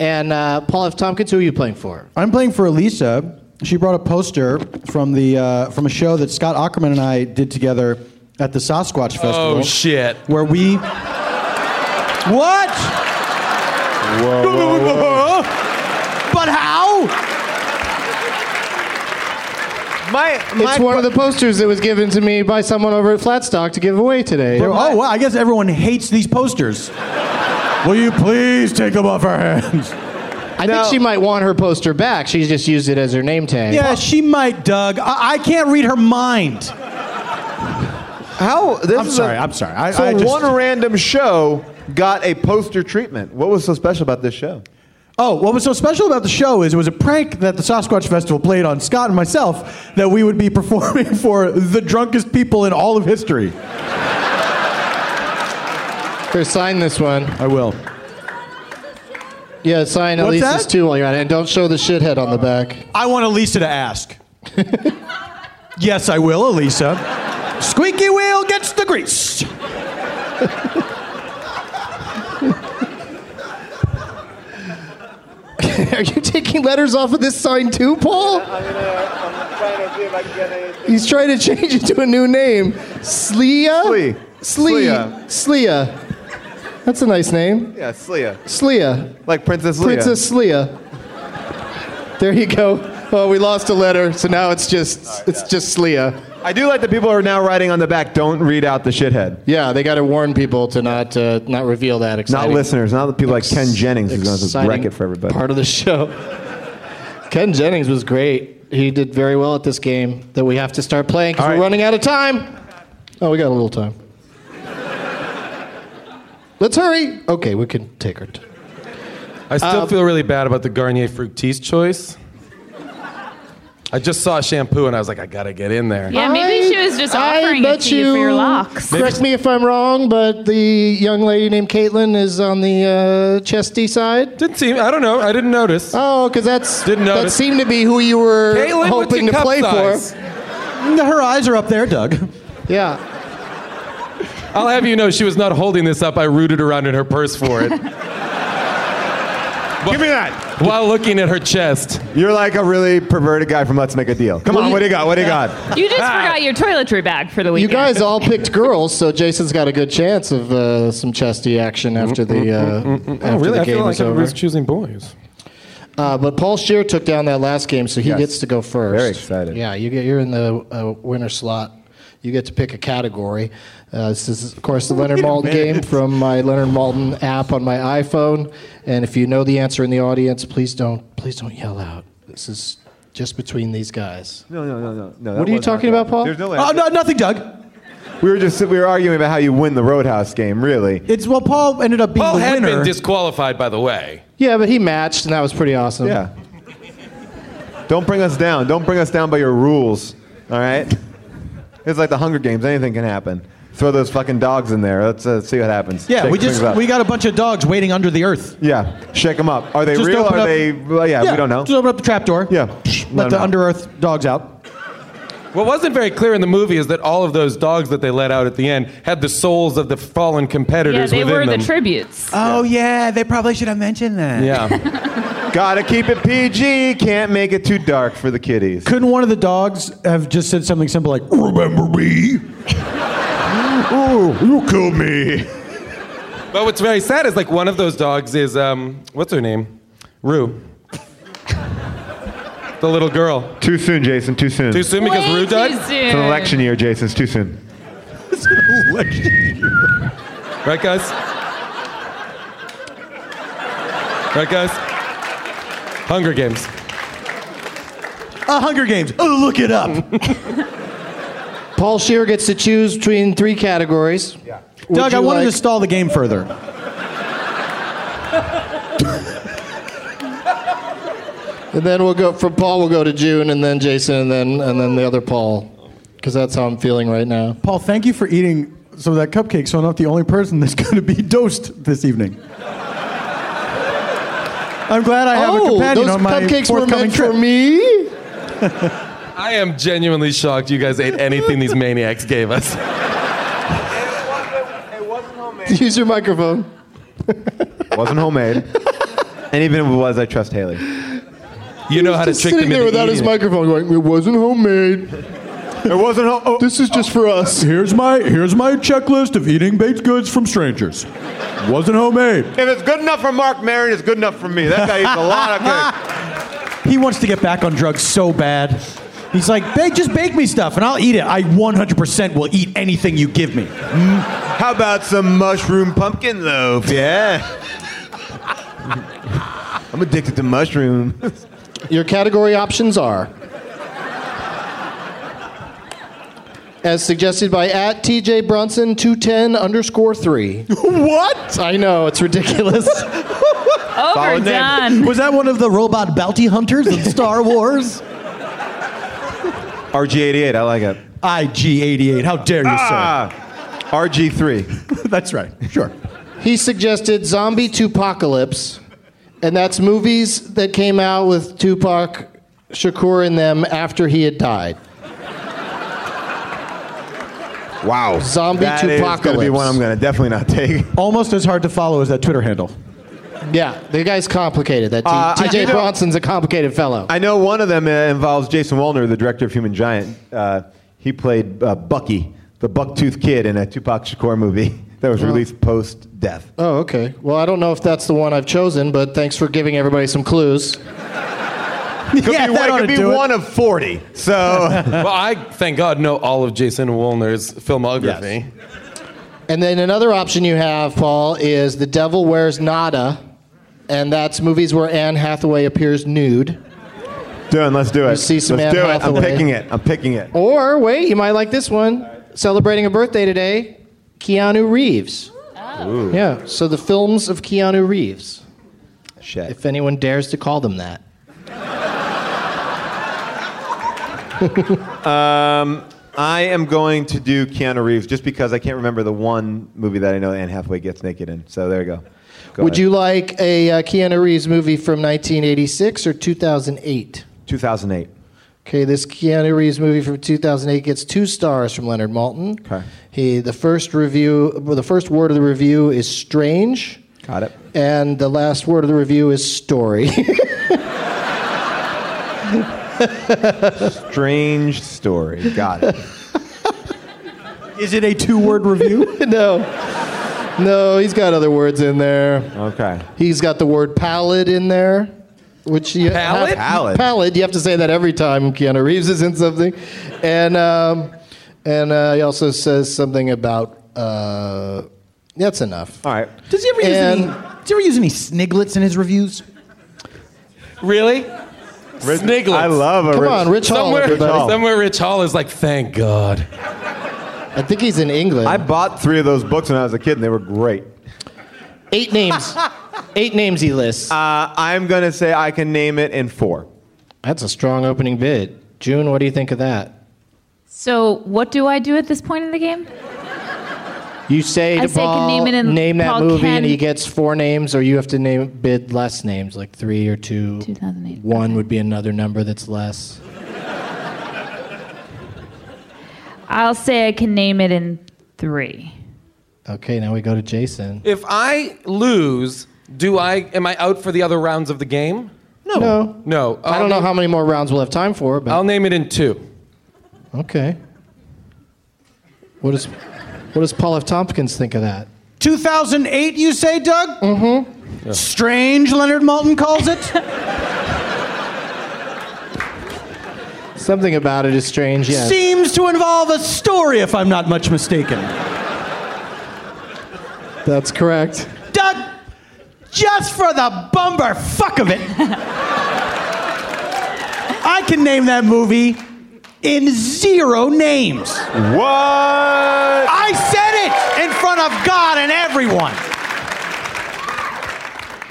[SPEAKER 4] and uh, Paul F. Tompkins. Who are you playing for?
[SPEAKER 6] I'm playing for Elisa. She brought a poster from the uh, from a show that Scott Ackerman and I did together at the Sasquatch Festival.
[SPEAKER 8] Oh shit!
[SPEAKER 6] Where we? what? But how?
[SPEAKER 9] My, my
[SPEAKER 4] It's one of the posters that was given to me by someone over at Flatstock to give away today.
[SPEAKER 6] Oh wow! I guess everyone hates these posters. Will you please take them off our hands?
[SPEAKER 4] I
[SPEAKER 9] Now-
[SPEAKER 4] think she might want her poster back. She just used it as her name tag.
[SPEAKER 6] Yeah, she might, Doug. I, I can't read her mind.
[SPEAKER 9] How? This
[SPEAKER 6] I'm
[SPEAKER 9] is
[SPEAKER 6] sorry,
[SPEAKER 9] A,
[SPEAKER 6] I'm sorry. I-
[SPEAKER 9] so
[SPEAKER 6] I just-
[SPEAKER 9] one random show got a poster treatment. What was so special about this show?
[SPEAKER 6] Oh, what was so special about the show is it was a prank that the Sasquatch Festival played on Scott and myself that we would be performing for the drunkest people in all of history.
[SPEAKER 4] Here, sign this one.
[SPEAKER 6] I will.
[SPEAKER 4] Yeah, sign
[SPEAKER 6] What's
[SPEAKER 4] Elisa's
[SPEAKER 6] that?
[SPEAKER 4] too while you're at it, and don't show the shithead on the back.
[SPEAKER 6] I want Elisa to ask. yes, I will, Elisa. Squeaky wheel gets the grease.
[SPEAKER 4] Are you taking letters off of this sign too, Paul? He's trying to change it to a new name. Slia?
[SPEAKER 9] Slee.
[SPEAKER 4] Slia. Slia. That's a nice name.
[SPEAKER 9] Yeah, Slia.
[SPEAKER 4] Slia.
[SPEAKER 9] Like Princess Leia.
[SPEAKER 4] Princess Slia. There you go. Oh, we lost a letter, so now it's just it's just Slia.
[SPEAKER 9] I do like the people who are now writing on the back. Don't read out the shithead.
[SPEAKER 4] Yeah, they got to warn people to not uh, not reveal that.
[SPEAKER 9] Not
[SPEAKER 4] Exciting.
[SPEAKER 9] listeners. Not the people like Ken Jennings who's going to just
[SPEAKER 4] exciting
[SPEAKER 9] wreck it for everybody.
[SPEAKER 4] Part of the show. Ken Jennings was great. He did very well at this game that we have to start playing because
[SPEAKER 9] All right.
[SPEAKER 4] we're running out of time. Oh, we got a little time. Let's hurry. Okay, we can take our time.
[SPEAKER 8] I
[SPEAKER 4] Um,
[SPEAKER 8] still feel really bad about the Garnier Fructis choice. I just saw shampoo and I was like, I gotta get in there.
[SPEAKER 10] Yeah, maybe
[SPEAKER 4] I-
[SPEAKER 10] she was just
[SPEAKER 4] I
[SPEAKER 10] offering it
[SPEAKER 4] bet
[SPEAKER 10] to you for your locks.
[SPEAKER 4] Correct me if I'm wrong, but the young lady named Caitlin is on the uh, chesty side.
[SPEAKER 8] Didn't seem. I don't know. I didn't notice.
[SPEAKER 4] Oh, because that's
[SPEAKER 8] Didn't
[SPEAKER 4] that
[SPEAKER 8] notice.
[SPEAKER 4] seemed to be who you were
[SPEAKER 8] Caitlin, what's
[SPEAKER 4] hoping to
[SPEAKER 8] your cup
[SPEAKER 4] play
[SPEAKER 8] size?
[SPEAKER 4] for.
[SPEAKER 6] Her eyes are up there, Doug.
[SPEAKER 4] Yeah.
[SPEAKER 8] I'll have you know she was not holding this up. I rooted around in her purse for it.
[SPEAKER 9] Give me that.
[SPEAKER 8] While looking at her chest.
[SPEAKER 9] You're like a really perverted guy from Let's Make a Deal. Come on, what do you got? What do you got?
[SPEAKER 10] You just forgot your toiletry bag for the
[SPEAKER 4] You
[SPEAKER 10] weekend.
[SPEAKER 4] guys all picked girls, so Jason's got a good chance of uh, some chesty action after the uh, after
[SPEAKER 8] Oh, really?
[SPEAKER 4] the
[SPEAKER 8] I
[SPEAKER 4] game
[SPEAKER 8] feel like
[SPEAKER 4] is over.
[SPEAKER 8] everybody's choosing boys.
[SPEAKER 4] Uh, but Paul Shear took down that last game, so he
[SPEAKER 9] Yes.
[SPEAKER 4] gets to go first.
[SPEAKER 9] Very excited.
[SPEAKER 4] Yeah, you get you're in the uh, winner slot. You get to pick a category. Uh, this is, of course, the Leonard
[SPEAKER 9] Wait a
[SPEAKER 4] Maltin
[SPEAKER 9] minute.
[SPEAKER 4] game from my Leonard Maltin app on my iPhone. And if you know the answer in the audience, please don't please don't yell out. This is just between these guys.
[SPEAKER 9] No, no, no, no, no.
[SPEAKER 4] What are you talking about, Paul?
[SPEAKER 9] There's no way.
[SPEAKER 6] Oh, no, nothing, Doug.
[SPEAKER 9] We were just we were arguing about how you win the Roadhouse game, really.
[SPEAKER 6] It's well, Paul ended up being
[SPEAKER 8] Paul
[SPEAKER 6] the
[SPEAKER 8] had
[SPEAKER 6] winner.
[SPEAKER 8] been disqualified, by the way.
[SPEAKER 4] Yeah, but he matched, and that was pretty awesome.
[SPEAKER 9] Yeah. Don't bring us down. Don't bring us down by your rules. All right. It's like the Hunger Games. Anything can happen. Throw those fucking dogs in there. Let's uh, see what happens.
[SPEAKER 6] yeah,
[SPEAKER 9] Shake
[SPEAKER 6] we
[SPEAKER 9] things
[SPEAKER 6] just
[SPEAKER 9] up.
[SPEAKER 6] we got a bunch of dogs waiting under the earth.
[SPEAKER 9] yeah. Shake them up. Are they
[SPEAKER 6] Just
[SPEAKER 9] real?
[SPEAKER 6] open
[SPEAKER 9] Are
[SPEAKER 6] up-
[SPEAKER 9] they? Well, yeah, We don't know.
[SPEAKER 6] Just open up the trap door.
[SPEAKER 9] Yeah.
[SPEAKER 6] Let
[SPEAKER 9] No,
[SPEAKER 6] the
[SPEAKER 9] no.
[SPEAKER 6] under earth dogs out.
[SPEAKER 8] What wasn't very clear in the movie is that all of those dogs that they let out at the end had the souls of the fallen
[SPEAKER 10] yeah,
[SPEAKER 8] competitors
[SPEAKER 10] they
[SPEAKER 8] within
[SPEAKER 10] were
[SPEAKER 8] them.
[SPEAKER 10] the tributes.
[SPEAKER 6] Oh yeah, they probably should have mentioned that.
[SPEAKER 8] yeah.
[SPEAKER 9] Gotta keep it PG. Can't make it too dark for the kiddies.
[SPEAKER 6] Couldn't one of the dogs have just said something simple like "Remember me"? oh, you killed me.
[SPEAKER 8] But what's very sad is like one of those dogs is um, what's her name? Rue. the little girl.
[SPEAKER 9] Too soon, Jason. Too soon.
[SPEAKER 8] Too soon because
[SPEAKER 10] Way
[SPEAKER 8] Rue
[SPEAKER 10] too
[SPEAKER 8] died?
[SPEAKER 10] soon.
[SPEAKER 9] It's an election year, Jason. It's too soon.
[SPEAKER 8] Right guys? Right guys? Hunger Games.
[SPEAKER 6] Uh, Hunger Games. Oh, look it up.
[SPEAKER 4] Paul Shear gets to choose between three categories. Yeah.
[SPEAKER 6] Doug, I wanted to stall the game further.
[SPEAKER 4] And then we'll go from Paul. We'll go to June, and then Jason, and then and then the other Paul, because that's how I'm feeling right now.
[SPEAKER 6] Paul, thank you for eating some of that cupcake, so I'm not the only person that's going to be dosed this evening. I'm glad I have a
[SPEAKER 4] oh,
[SPEAKER 6] companion
[SPEAKER 4] those
[SPEAKER 6] on my
[SPEAKER 4] cupcakes were
[SPEAKER 6] forthcoming
[SPEAKER 4] meant
[SPEAKER 6] trip.
[SPEAKER 4] for me.
[SPEAKER 8] I am genuinely shocked you guys ate anything these maniacs gave us.
[SPEAKER 4] Use your microphone.
[SPEAKER 9] Wasn't homemade. and even if it was, I trust Haley.
[SPEAKER 8] You know how to
[SPEAKER 4] Just
[SPEAKER 8] trick
[SPEAKER 4] sitting
[SPEAKER 8] them
[SPEAKER 4] there
[SPEAKER 8] into
[SPEAKER 4] without his
[SPEAKER 8] eating it.
[SPEAKER 4] microphone, going, "It wasn't homemade.
[SPEAKER 9] It wasn't. Ho- oh.
[SPEAKER 4] This is just for us."
[SPEAKER 6] Here's my here's my checklist of eating baked goods from strangers. Wasn't homemade.
[SPEAKER 9] If it's good enough for Mark Maron, it's good enough for me. That guy eats a lot of cake.
[SPEAKER 6] He wants to get back on drugs so bad. He's like, "Bake- just bake me stuff and I'll eat it. I 100% will eat anything you give me.
[SPEAKER 9] How about some mushroom pumpkin loaf? Yeah. I'm addicted to mushroom.
[SPEAKER 4] Your category options are. As suggested by at TJ Brunson 210 underscore 3.
[SPEAKER 6] what?
[SPEAKER 4] I know, it's ridiculous.
[SPEAKER 10] Overdone.
[SPEAKER 6] Was that one of the robot bounty hunters in Star Wars?
[SPEAKER 9] RG88, I like it.
[SPEAKER 6] IG88, how dare you,
[SPEAKER 9] Ah, RG3.
[SPEAKER 6] sir? That's right. Sure.
[SPEAKER 4] He suggested Zombie Tupacalypse, and that's movies that came out with Tupac Shakur in them after he had died.
[SPEAKER 9] Wow.
[SPEAKER 4] Zombie
[SPEAKER 9] That is gonna be
[SPEAKER 4] Tupacalypse.
[SPEAKER 9] one I'm gonna definitely not take.
[SPEAKER 6] Almost as hard to follow as that Twitter handle.
[SPEAKER 4] Yeah, the guy's complicated. That T-
[SPEAKER 9] Uh, I
[SPEAKER 4] TJ
[SPEAKER 9] do know-
[SPEAKER 4] Bronson's a complicated fellow.
[SPEAKER 9] I know one of them uh, involves Jason Wallner, the director of Human Giant. Uh, he played uh, Bucky, the buck-toothed kid in a Tupac Shakur movie that was released post-death.
[SPEAKER 4] oh, okay. Well, I don't know if that's the one I've chosen, but thanks for giving everybody some clues.
[SPEAKER 9] Could
[SPEAKER 6] Yeah,
[SPEAKER 9] be,
[SPEAKER 6] that
[SPEAKER 9] one-
[SPEAKER 6] oughta
[SPEAKER 9] could be
[SPEAKER 6] do it.
[SPEAKER 9] one of 40. So,
[SPEAKER 8] Well, I thank God know all of Jason Woolner's filmography.
[SPEAKER 4] And then another option you have, Paul, is The Devil Wears Nada, and that's movies where Anne Hathaway appears nude.
[SPEAKER 9] doing, let's do it.
[SPEAKER 4] see some
[SPEAKER 9] let's
[SPEAKER 4] Anne
[SPEAKER 9] do it.
[SPEAKER 4] Hathaway.
[SPEAKER 9] I'm picking it. I'm picking it.
[SPEAKER 4] Or wait, you might like this one. Celebrating a birthday today, Keanu Reeves. Yeah. So the films of Keanu Reeves,
[SPEAKER 9] Shit.
[SPEAKER 4] if anyone dares to call them that.
[SPEAKER 9] I am going to do Keanu Reeves just because I can't remember the one movie that I know Anne Hathaway gets naked in. So there you go. Go
[SPEAKER 4] Would
[SPEAKER 9] ahead.
[SPEAKER 4] you like a uh, Keanu Reeves movie from 1986 or 2008?
[SPEAKER 9] 2008.
[SPEAKER 4] Okay, this Keanu Reeves movie from 2008 gets two stars from Leonard Malton. Okay. He the first review, well, the first word of the review is strange.
[SPEAKER 9] Got it.
[SPEAKER 4] And the last word of the review is story.
[SPEAKER 9] Strange story. Got it.
[SPEAKER 6] Is it a two-word review?
[SPEAKER 4] no. No, he's got other words in there.
[SPEAKER 9] Okay.
[SPEAKER 4] He's got the word pallid in there, which you
[SPEAKER 9] Pallid?
[SPEAKER 4] have,
[SPEAKER 9] Pallid.
[SPEAKER 4] pallid, You have to say that every time Keanu Reeves is in something, and um, and uh, he also says something about uh, that's enough.
[SPEAKER 9] All right.
[SPEAKER 6] Does he ever use any? Does he ever use any sniglets in his reviews?
[SPEAKER 8] Really? Sniglets. I love
[SPEAKER 4] a Come Rich- on, Rich Hall,
[SPEAKER 8] Somewhere,
[SPEAKER 4] everybody. Rich Hall.
[SPEAKER 8] somewhere Rich Hall is like, thank God.
[SPEAKER 4] I think he's in England.
[SPEAKER 9] I bought three of those books when I was a kid, and they were great.
[SPEAKER 4] Eight names. Eight names he lists.
[SPEAKER 9] Uh, I'm gonna say I can name it in four.
[SPEAKER 4] That's a strong opening bid. June, what do you think of that?
[SPEAKER 10] So, what do I do at this point in the game?
[SPEAKER 4] You say
[SPEAKER 10] I
[SPEAKER 4] to
[SPEAKER 10] say I can
[SPEAKER 4] Paul,
[SPEAKER 10] name
[SPEAKER 4] name,
[SPEAKER 10] it in-
[SPEAKER 4] that
[SPEAKER 10] Paul
[SPEAKER 4] movie,
[SPEAKER 10] can-
[SPEAKER 4] and he gets four names, or you have to name bid less names, like three or two. 2008. One would be another number that's less.
[SPEAKER 10] I'll say I can name it in three.
[SPEAKER 4] Okay, now we go to Jason.
[SPEAKER 8] If I lose, do I am I out for the other rounds of the game?
[SPEAKER 4] No. No.
[SPEAKER 8] No.
[SPEAKER 4] I don't know how many more rounds we'll have time for, but
[SPEAKER 8] I'll name it in two.
[SPEAKER 9] Oh.
[SPEAKER 4] okay. What does what does Paul F. Tompkins think of that?
[SPEAKER 6] 2008, you say, Doug? Mm-hmm. Strange, Leonard Malton calls it.
[SPEAKER 4] Something about it is strange. Yes.
[SPEAKER 6] Seems to involve a story, if I'm not much mistaken.
[SPEAKER 4] That's correct.
[SPEAKER 6] Doug, just for the bumper fuck of it, I can name that movie in zero names. What? I said it in front of God and everyone.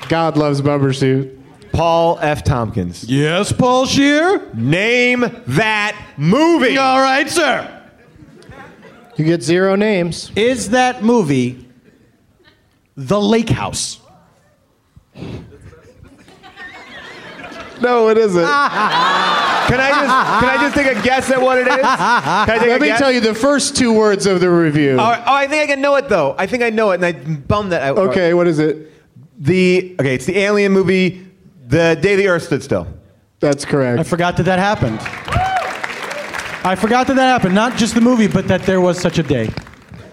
[SPEAKER 4] God loves Bumbersuit.
[SPEAKER 9] Paul F. Tompkins.
[SPEAKER 6] Yes, Paul Shear.
[SPEAKER 9] Name that movie.
[SPEAKER 6] All right, sir.
[SPEAKER 4] You get zero names.
[SPEAKER 6] Is that movie The Lake House?
[SPEAKER 9] No, it isn't. can
[SPEAKER 4] Ah,
[SPEAKER 9] I just can I just take a guess at what it is? Can I take a
[SPEAKER 4] Let me
[SPEAKER 9] guess?
[SPEAKER 4] tell you the first two words of the review.
[SPEAKER 9] All right, oh, I think I can know it though. I think I know it, and I bummed that out.
[SPEAKER 4] Okay, what is it?
[SPEAKER 9] The okay, it's the Alien movie, The Day the Earth Stood Still.
[SPEAKER 4] That's correct.
[SPEAKER 6] I forgot that that happened. I forgot that that happened. Not just the movie, but that there was such a day.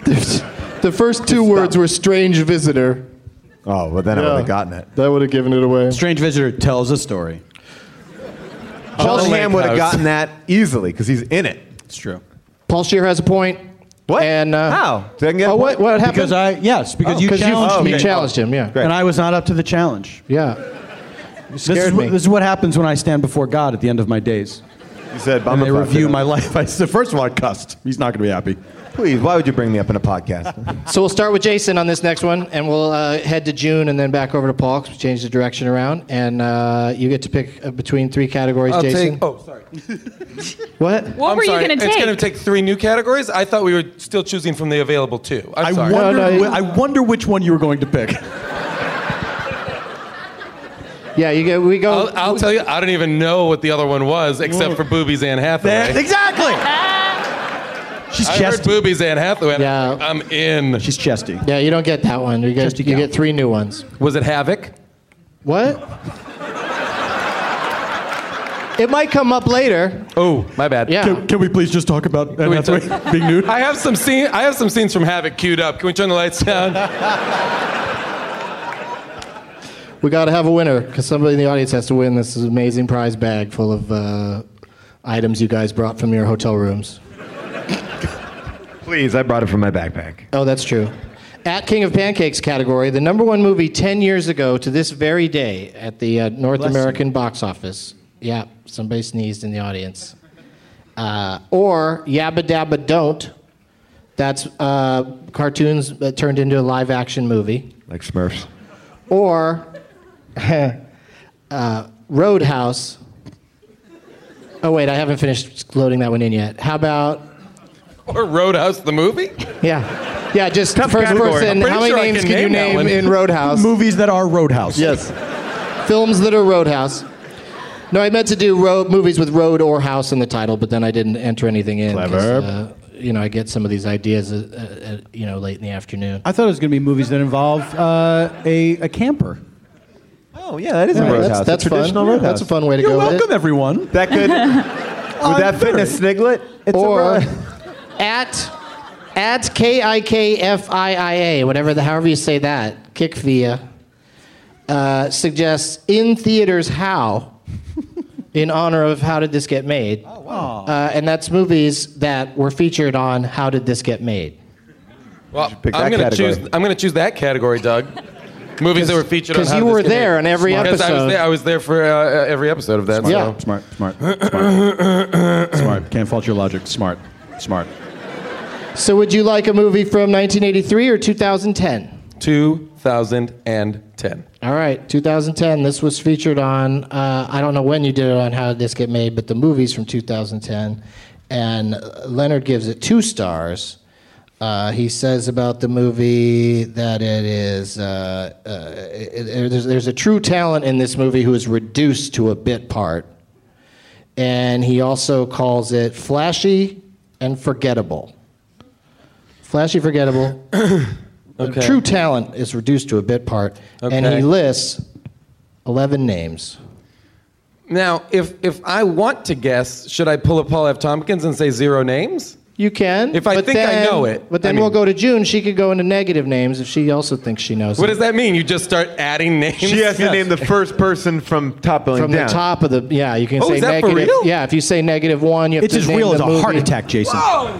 [SPEAKER 4] The first two words were strange visitor.
[SPEAKER 9] Oh, well then I
[SPEAKER 4] Yeah.
[SPEAKER 9] would have gotten it.
[SPEAKER 4] That would have given it away.
[SPEAKER 6] Strange Visitor tells a story.
[SPEAKER 9] Paul
[SPEAKER 6] the
[SPEAKER 9] Ham
[SPEAKER 6] Lake
[SPEAKER 9] would have
[SPEAKER 6] House.
[SPEAKER 9] gotten that easily because he's in it.
[SPEAKER 6] It's true.
[SPEAKER 4] Paul Shear has a point.
[SPEAKER 9] What?
[SPEAKER 4] And uh,
[SPEAKER 9] How? Did I get
[SPEAKER 4] Oh,
[SPEAKER 9] a
[SPEAKER 4] what?
[SPEAKER 9] point?
[SPEAKER 4] What happened?
[SPEAKER 6] Because I yes, because Oh. you
[SPEAKER 4] Because Oh, you-
[SPEAKER 6] challenged
[SPEAKER 4] you
[SPEAKER 6] me,
[SPEAKER 4] challenged him. Yeah.
[SPEAKER 9] Great.
[SPEAKER 6] and I was not up to the challenge.
[SPEAKER 4] Yeah. You
[SPEAKER 6] This is,
[SPEAKER 4] scared
[SPEAKER 6] what,
[SPEAKER 4] me.
[SPEAKER 6] this is what happens when I stand before God at the end of my days.
[SPEAKER 9] You said
[SPEAKER 6] And
[SPEAKER 9] bummer.
[SPEAKER 6] they review my life. I said, first of all, I cussed. He's not going to be happy.
[SPEAKER 9] Please, why would you bring me up in a podcast?
[SPEAKER 4] So we'll start with Jason on this next one, and we'll uh, head to June, and then back over to Paul. 'cause we change the direction around, and uh, you get to pick uh, between three categories.
[SPEAKER 8] I'll
[SPEAKER 4] Jason,
[SPEAKER 8] take. Oh, sorry.
[SPEAKER 4] what?
[SPEAKER 10] What
[SPEAKER 8] I'm
[SPEAKER 10] were
[SPEAKER 8] sorry.
[SPEAKER 10] you going to
[SPEAKER 8] It's
[SPEAKER 10] take?
[SPEAKER 8] going to take three new categories. I thought we were still choosing from the available two. I'm
[SPEAKER 6] I
[SPEAKER 8] sorry.
[SPEAKER 6] wondered
[SPEAKER 4] No, no,
[SPEAKER 6] whi-
[SPEAKER 4] you-
[SPEAKER 6] I wonder which one you were going to pick.
[SPEAKER 4] Yeah, you get. We go.
[SPEAKER 8] I'll, I'll tell you, I don't even know what the other one was except for Boobies Anne Hathaway.
[SPEAKER 6] There- exactly. She's
[SPEAKER 8] I heard
[SPEAKER 6] chesty.
[SPEAKER 8] Boobies Anne Hathaway. and
[SPEAKER 4] Yeah.
[SPEAKER 8] I'm in.
[SPEAKER 6] She's chesty.
[SPEAKER 4] yeah, you don't get that one. You get.
[SPEAKER 6] Just a
[SPEAKER 4] You
[SPEAKER 6] gal.
[SPEAKER 4] get three new ones.
[SPEAKER 8] Was it Havoc?
[SPEAKER 4] What? it might come up later.
[SPEAKER 8] Oh, my bad.
[SPEAKER 4] Yeah.
[SPEAKER 6] Can, can we please just talk about Anne
[SPEAKER 8] we
[SPEAKER 6] Hathaway
[SPEAKER 8] talk-
[SPEAKER 6] being nude?
[SPEAKER 8] I have some scene. I have some scenes from Havoc queued up. Can we turn the lights down?
[SPEAKER 4] We got to have a winner because somebody in the audience has to win this amazing prize bag full of uh, items you guys brought from your hotel rooms.
[SPEAKER 9] Please, I brought it from my backpack.
[SPEAKER 4] Oh, that's true. At King of Pancakes category, the number one movie 10 years ago to this very day at the uh, North
[SPEAKER 6] Bless
[SPEAKER 4] American box office. Yeah, somebody sneezed in the audience. Uh, or Yabba Dabba Don't. That's uh, cartoons that turned into a live action movie.
[SPEAKER 9] Like Smurfs.
[SPEAKER 4] Or uh, Roadhouse. Oh, wait, I haven't finished loading that one in yet. How about
[SPEAKER 8] or Roadhouse the movie?
[SPEAKER 4] yeah, yeah. Just first
[SPEAKER 8] category. I'm
[SPEAKER 4] person.
[SPEAKER 8] pretty
[SPEAKER 4] How many
[SPEAKER 8] sure I
[SPEAKER 4] names
[SPEAKER 8] can
[SPEAKER 4] can, you
[SPEAKER 8] name that
[SPEAKER 4] name
[SPEAKER 8] one.
[SPEAKER 4] in Roadhouse?
[SPEAKER 6] Movies that are Roadhouse.
[SPEAKER 4] yes, films that are Roadhouse. No, I meant to do road, movies with road or house in the title, but then I didn't enter anything in. 'cause,
[SPEAKER 9] Clever.
[SPEAKER 4] uh, you know, I get some of these ideas, uh, uh, uh, you know, late in the afternoon.
[SPEAKER 9] I thought it was going to be movies that involve uh, a, a camper.
[SPEAKER 6] Oh yeah, that is a
[SPEAKER 9] Yeah,
[SPEAKER 6] roadhouse.
[SPEAKER 9] that's-
[SPEAKER 6] a
[SPEAKER 9] that's fun.
[SPEAKER 6] traditional
[SPEAKER 9] Yeah,
[SPEAKER 6] roadhouse.
[SPEAKER 9] that's a fun way to You're go with welcome, it. everyone.
[SPEAKER 6] That could would that fit in a sniglet? It's
[SPEAKER 4] or
[SPEAKER 6] a
[SPEAKER 4] at at K I K F I I A, whatever the however you say that, Kikvia, uh, suggests in theaters how in honor of how did this get made. Oh wow. Uh, and that's movies that were featured on How Did This Get Made.
[SPEAKER 8] Well,
[SPEAKER 4] pick
[SPEAKER 8] I'm
[SPEAKER 4] that
[SPEAKER 8] gonna
[SPEAKER 4] category.
[SPEAKER 8] choose. I'm gonna choose that category, Doug. Movies that were featured. on
[SPEAKER 4] 'cause
[SPEAKER 8] How
[SPEAKER 4] you
[SPEAKER 8] Did This
[SPEAKER 4] were
[SPEAKER 8] Get Made.
[SPEAKER 4] there on every
[SPEAKER 8] Because I
[SPEAKER 4] episode.
[SPEAKER 8] was there, I was there for uh, uh, every episode of that. so.
[SPEAKER 9] Smart, smart, smart, smart, smart. Can't fault your logic. Smart, smart.
[SPEAKER 4] So would you like a movie from 1983 or 2010?
[SPEAKER 8] 2010.
[SPEAKER 4] All right, 2010. This was featured on, uh, I don't know when you did it on How Did This Get Made, but the movie's from 2010. And Leonard gives it two stars. Uh, he says about the movie that it is, uh, uh, it- it- there's, there's a true talent in this movie who is reduced to a bit part. And he also calls it flashy and forgettable. Flashy, forgettable.
[SPEAKER 8] Okay.
[SPEAKER 4] True talent is reduced to a bit part, and
[SPEAKER 8] Okay.
[SPEAKER 4] he lists eleven names.
[SPEAKER 8] Now, if if I want to guess, should I pull a Paul F. Tompkins and say zero names?
[SPEAKER 4] You can.
[SPEAKER 8] If I
[SPEAKER 4] but
[SPEAKER 8] think I
[SPEAKER 4] then-
[SPEAKER 8] know it,
[SPEAKER 4] But
[SPEAKER 8] I
[SPEAKER 4] then
[SPEAKER 8] mean-
[SPEAKER 4] we'll go to June. She could go into negative names if she also thinks she knows.
[SPEAKER 8] What
[SPEAKER 4] it.
[SPEAKER 8] does that mean? You just start adding names?
[SPEAKER 6] She has to name the first person from top billing
[SPEAKER 4] From
[SPEAKER 6] down.
[SPEAKER 4] the top of the yeah, you can
[SPEAKER 6] Oh,
[SPEAKER 4] say
[SPEAKER 6] is that for
[SPEAKER 4] negative.
[SPEAKER 6] real?
[SPEAKER 4] Yeah, if you say negative one, you have
[SPEAKER 9] It's
[SPEAKER 4] to
[SPEAKER 9] as
[SPEAKER 4] name
[SPEAKER 9] real
[SPEAKER 4] the
[SPEAKER 9] as a
[SPEAKER 4] movie.
[SPEAKER 9] heart attack, Jason.
[SPEAKER 8] Oh,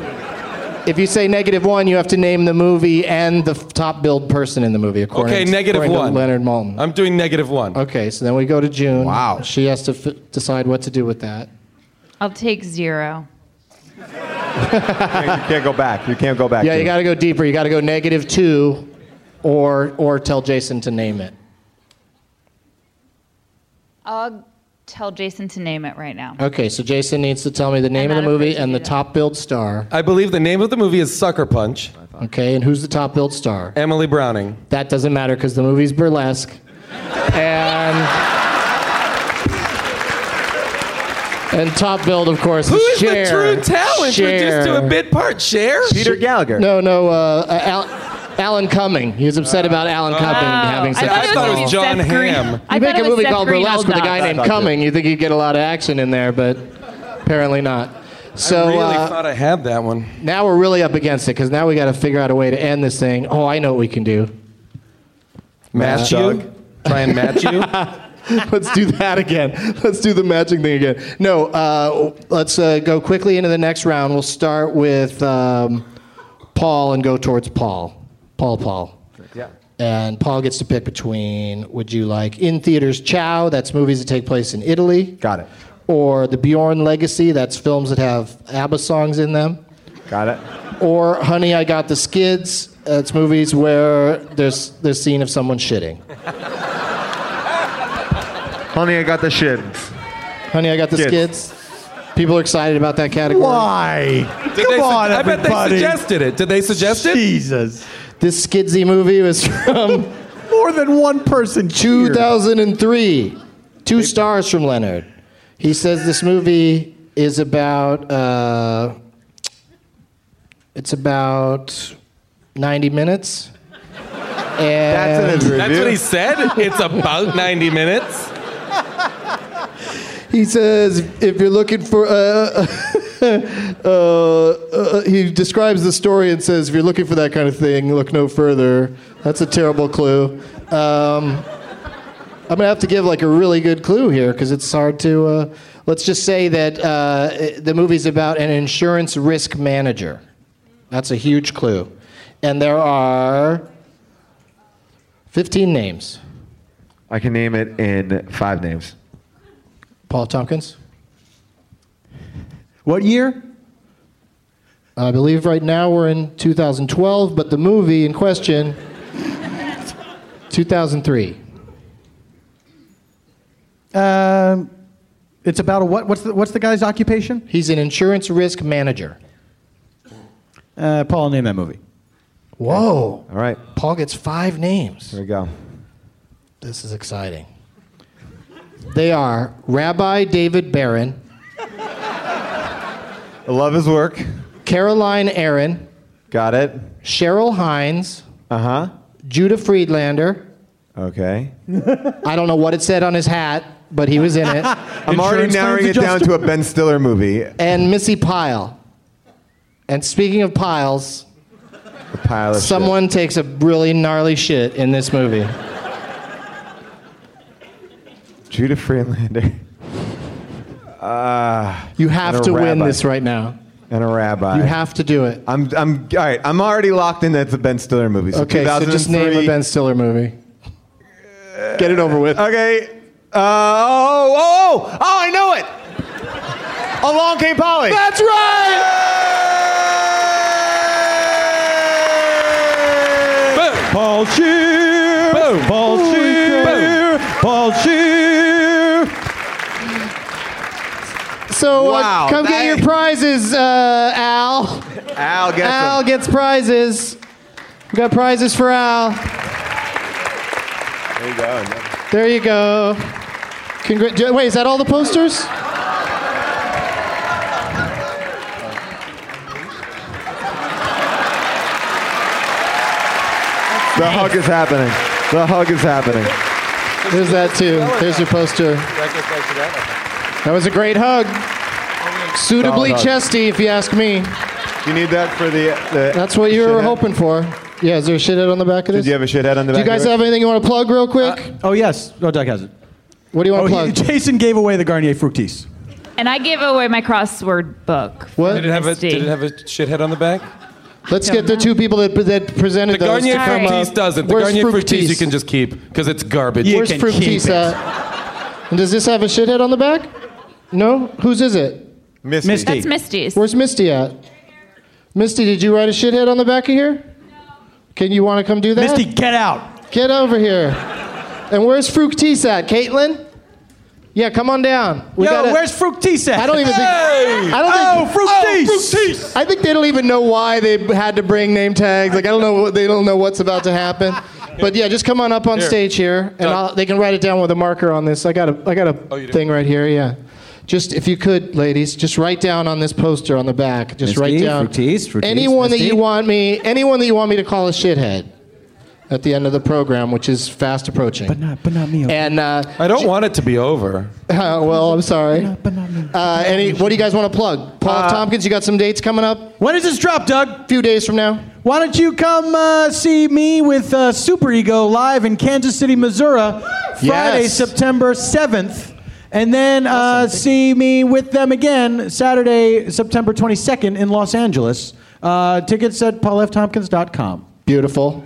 [SPEAKER 4] If you say negative one, you have to name the movie and the f- top billed person in the movie. According
[SPEAKER 8] Okay,
[SPEAKER 4] to,
[SPEAKER 8] negative
[SPEAKER 4] according to
[SPEAKER 8] one.
[SPEAKER 4] Leonard Uh, Maltin.
[SPEAKER 8] I'm doing negative one.
[SPEAKER 4] Okay, so then we go to June. Wow. She has to f- decide what to do with that.
[SPEAKER 10] I'll take zero.
[SPEAKER 6] you can't go back. You can't go back.
[SPEAKER 4] yeah,
[SPEAKER 6] to
[SPEAKER 4] you
[SPEAKER 6] it.
[SPEAKER 4] got to go deeper. You got to go negative two, or or tell Jason to name it.
[SPEAKER 10] I'll tell Jason to name it right now.
[SPEAKER 4] Okay, so Jason needs to tell me the name of
[SPEAKER 10] I'm
[SPEAKER 4] the
[SPEAKER 10] not afraid
[SPEAKER 4] movie
[SPEAKER 10] to
[SPEAKER 4] and
[SPEAKER 10] do
[SPEAKER 4] the
[SPEAKER 10] that.
[SPEAKER 4] top billed star.
[SPEAKER 8] I believe the name of the movie is Sucker Punch.
[SPEAKER 4] Okay, and who's the top billed star?
[SPEAKER 8] Emily Browning.
[SPEAKER 4] That doesn't matter because the movie's burlesque. And and top billed, of course,
[SPEAKER 8] Who
[SPEAKER 4] is
[SPEAKER 8] is
[SPEAKER 4] Cher.
[SPEAKER 8] the true talent reduced to
[SPEAKER 4] Cher.
[SPEAKER 8] a bit part? Cher?
[SPEAKER 6] Peter Gallagher.
[SPEAKER 4] No, no, uh, uh, Al- Alan Cumming. He was upset about Alan
[SPEAKER 10] Oh,
[SPEAKER 4] Cumming having such a small- You make a movie called Burlesque with a guy named Cumming. You think you'd get a lot of action in there, but apparently not. So
[SPEAKER 8] I really
[SPEAKER 4] uh,
[SPEAKER 8] thought I had that one.
[SPEAKER 4] now we're really up against it because now we got to figure out a way to end this thing. Oh, I know what we can do.
[SPEAKER 8] Match you? Try and match you?
[SPEAKER 4] let's do that again. Let's do the matching thing again. No, uh, let's uh, go quickly into the next round. We'll start with um, Paul and go towards Paul. Paul, Paul.
[SPEAKER 6] Yeah.
[SPEAKER 4] And Paul gets to pick between would you like in theaters Chow, that's movies that take place in Italy. Got
[SPEAKER 6] it.
[SPEAKER 4] Or the Bjorn Legacy, that's films that have ABBA songs in them.
[SPEAKER 6] Got it.
[SPEAKER 4] Or Honey, I Got the Skids, that's movies where there's the scene of someone shitting.
[SPEAKER 6] Honey, I got the shit.
[SPEAKER 4] Honey, I Got the
[SPEAKER 6] Skids.
[SPEAKER 4] Skids. People are excited about that category.
[SPEAKER 9] Why?
[SPEAKER 8] Did they su- I bet they suggested it. Did they suggest it?
[SPEAKER 9] Jesus.
[SPEAKER 4] This Skidsy movie was from
[SPEAKER 9] More than one person. cheered.
[SPEAKER 4] 2003. Two stars from Leonard. He says this movie is about. Uh, it's about 90 minutes. And
[SPEAKER 8] That's what he said? It's about 90 minutes?
[SPEAKER 4] He says, if you're looking for, uh, uh, uh, he describes the story and says, if you're looking for that kind of thing, look no further. That's a terrible clue. Um, I'm gonna have to give like a really good clue here because it's hard to. Uh, let's just say that uh, it- the movie's about an insurance risk manager. That's a huge clue, and there are 15 names.
[SPEAKER 6] I can name it in five names.
[SPEAKER 4] Paul Tompkins.
[SPEAKER 9] What year?
[SPEAKER 4] I believe right now we're in 2012, but the movie in question, 2003.
[SPEAKER 9] Um, it's about a what? What's the what's the guy's occupation?
[SPEAKER 4] He's an insurance risk manager.
[SPEAKER 9] Uh, Paul, name that movie.
[SPEAKER 4] Whoa!
[SPEAKER 6] All right.
[SPEAKER 4] Paul gets five names.
[SPEAKER 6] There we go.
[SPEAKER 4] This is exciting. They are Rabbi David Barron.
[SPEAKER 9] I love his work.
[SPEAKER 4] Caroline Aaron.
[SPEAKER 9] Got it.
[SPEAKER 4] Cheryl Hines.
[SPEAKER 9] Uh huh.
[SPEAKER 4] Judah Friedlander.
[SPEAKER 9] Okay.
[SPEAKER 4] I don't know what it said on his hat, but he was in it.
[SPEAKER 9] I'm already narrowing it down to a Ben Stiller movie.
[SPEAKER 4] And Missy Pyle. And speaking of piles,
[SPEAKER 9] A pile of shit.
[SPEAKER 4] someone takes a really gnarly shit in this movie.
[SPEAKER 9] Judah Freelander. Ah.
[SPEAKER 4] You have
[SPEAKER 9] and a
[SPEAKER 4] to win
[SPEAKER 9] rabbi.
[SPEAKER 4] this right now.
[SPEAKER 9] And a rabbi.
[SPEAKER 4] You have to do it.
[SPEAKER 9] I'm, I'm, all right, I'm already locked in that it's a Ben Stiller movie. So
[SPEAKER 4] Okay, so just name a
[SPEAKER 9] 2003
[SPEAKER 4] Ben Stiller movie. Get it over with.
[SPEAKER 9] Okay. Uh, oh, oh, oh, oh, I know it. Along Came Polly.
[SPEAKER 14] That's right.
[SPEAKER 6] Paul Shear. Paul Shear. Paul Shear.
[SPEAKER 4] So uh,
[SPEAKER 9] Wow,
[SPEAKER 4] come
[SPEAKER 9] that-
[SPEAKER 4] get your prizes, uh, Al.
[SPEAKER 9] Al gets 'em.
[SPEAKER 4] Al gets prizes. We got prizes for Al.
[SPEAKER 9] There you go.
[SPEAKER 4] There you go. Congra- Wait, is that all the posters?
[SPEAKER 9] The hug is happening. The hug is happening.
[SPEAKER 4] There's that too. There's your poster. That was a great hug. Suitably
[SPEAKER 9] Solid hug.
[SPEAKER 4] chesty, if you ask me.
[SPEAKER 9] You need that for the. the
[SPEAKER 4] That's what you were
[SPEAKER 9] shithead?
[SPEAKER 4] hoping for. Yeah, is there a shithead on the back of this?
[SPEAKER 9] Did you have a shithead on the
[SPEAKER 4] Do you
[SPEAKER 9] back?
[SPEAKER 4] guys
[SPEAKER 9] of
[SPEAKER 4] have anything you want to plug real quick?
[SPEAKER 8] Uh,
[SPEAKER 6] Oh yes. Oh, Doug has it.
[SPEAKER 4] What do you want to
[SPEAKER 6] oh, he-
[SPEAKER 4] plug?
[SPEAKER 6] Jason gave away the Garnier Fructis.
[SPEAKER 9] Eh.
[SPEAKER 10] And I gave away my crossword book.
[SPEAKER 4] What?
[SPEAKER 8] Did it have a did it have a shithead on the back?
[SPEAKER 4] Let's get the two people that, that presented
[SPEAKER 8] The
[SPEAKER 4] those.
[SPEAKER 8] Garnier
[SPEAKER 4] to come
[SPEAKER 8] Fructis
[SPEAKER 4] up.
[SPEAKER 8] doesn't. The
[SPEAKER 4] Where's
[SPEAKER 8] Garnier Fructis
[SPEAKER 4] Fructis?
[SPEAKER 8] you can just keep because it's garbage.
[SPEAKER 4] Where's Fructis at? And does this have a shithead on the back? No? Whose is it?
[SPEAKER 9] it? Misty.
[SPEAKER 10] That's Misty's.
[SPEAKER 4] Where's Misty at? Misty, did you write a shithead on the back of here? Can you want to come do that?
[SPEAKER 6] Misty, get out.
[SPEAKER 4] Get over here. And where's Fructis at, Caitlin? Yeah, come on down. We
[SPEAKER 6] Yo,
[SPEAKER 4] gotta-
[SPEAKER 6] where's Fructis at?
[SPEAKER 4] I don't even think. I don't
[SPEAKER 6] oh,
[SPEAKER 4] think.
[SPEAKER 6] Fructis.
[SPEAKER 4] I think they don't even know why they had to bring name tags. Like I don't know. what- They don't know what's about to happen. But yeah, just come on up on
[SPEAKER 8] Here.
[SPEAKER 4] stage here, and
[SPEAKER 8] Doug.
[SPEAKER 4] I'll, they can write it down with a marker on this. I got a. I got a
[SPEAKER 8] Oh, you do?
[SPEAKER 4] thing right here. Yeah. Just if you could, ladies, just write down on this poster on the back. Just write
[SPEAKER 6] Misty,
[SPEAKER 4] down
[SPEAKER 6] Fructis, Fructis,
[SPEAKER 4] anyone that you
[SPEAKER 6] Misty.
[SPEAKER 4] want me, anyone that you want me to call a shithead, at the end of the program, which is fast approaching.
[SPEAKER 6] But not, but not me. okay?
[SPEAKER 4] and uh,
[SPEAKER 8] I don't want it to be over.
[SPEAKER 4] uh, well, I'm sorry.
[SPEAKER 6] But not me.
[SPEAKER 4] Uh, any, what do you guys want to plug? Paul F. Tompkins, you got some dates coming up? A
[SPEAKER 6] When does this drop, Doug?
[SPEAKER 4] few days from now.
[SPEAKER 6] Why don't you come uh, see me with uh, Super Ego live in Kansas City, Missouri, Friday,
[SPEAKER 4] Yes.
[SPEAKER 6] September 7th, and then uh, see me with them again Saturday, September 22nd in Los Angeles. Uh, tickets at paulftompkins.com.
[SPEAKER 4] Beautiful.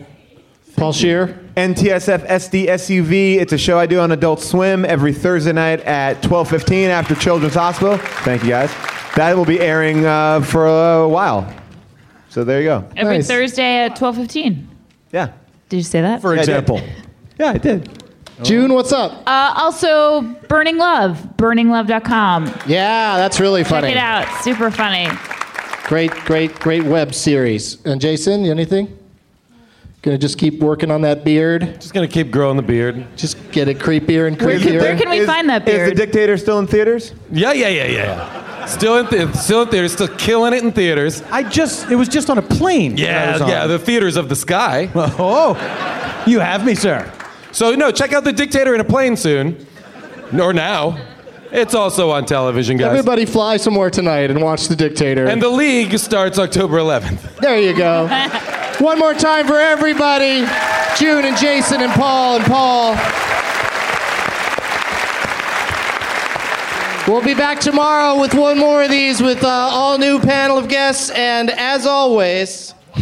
[SPEAKER 4] Paul Shear.
[SPEAKER 9] NTSF SD SUV. It's a show I do on Adult Swim every Thursday night at 12:15 after Children's Hospital. Thank you guys. That will be airing uh, for a while. So there you go.
[SPEAKER 10] Every
[SPEAKER 4] Nice.
[SPEAKER 10] Thursday at 12:15.
[SPEAKER 9] Yeah.
[SPEAKER 10] Did you say that?
[SPEAKER 6] For
[SPEAKER 9] Yeah, I did.
[SPEAKER 6] example.
[SPEAKER 9] Yeah, I did.
[SPEAKER 4] June, what's up?
[SPEAKER 10] Uh, also, Burning Love, burninglove.com.
[SPEAKER 4] Yeah, that's really
[SPEAKER 10] Check
[SPEAKER 4] funny.
[SPEAKER 10] it out. Super funny.
[SPEAKER 4] Great, great, great web series. And Jason, anything? Gonna just keep working on that beard.
[SPEAKER 8] Just gonna keep growing the beard.
[SPEAKER 4] Just get it creepier and
[SPEAKER 10] Where can-
[SPEAKER 4] creepier.
[SPEAKER 10] where can we find that
[SPEAKER 9] Is the
[SPEAKER 10] beard?
[SPEAKER 9] dictator still in theaters?
[SPEAKER 8] Yeah, yeah, yeah, yeah. Still in th- still in theaters. Still killing it in theaters.
[SPEAKER 6] I just, it was just on a plane. that I was
[SPEAKER 8] Yeah,
[SPEAKER 6] on.
[SPEAKER 8] yeah. The theaters of the sky.
[SPEAKER 6] oh, you have me, sir.
[SPEAKER 8] So no, check out the Dictator in a plane soon, or now. It's also on television, guys.
[SPEAKER 4] Everybody fly somewhere tonight and watch The Dictator.
[SPEAKER 8] And the league starts October 11th.
[SPEAKER 4] there you go. One more time for everybody. June and Jason and Paul and Paul. We'll be back tomorrow with one more of these with uh, all new panel of guests. And as always,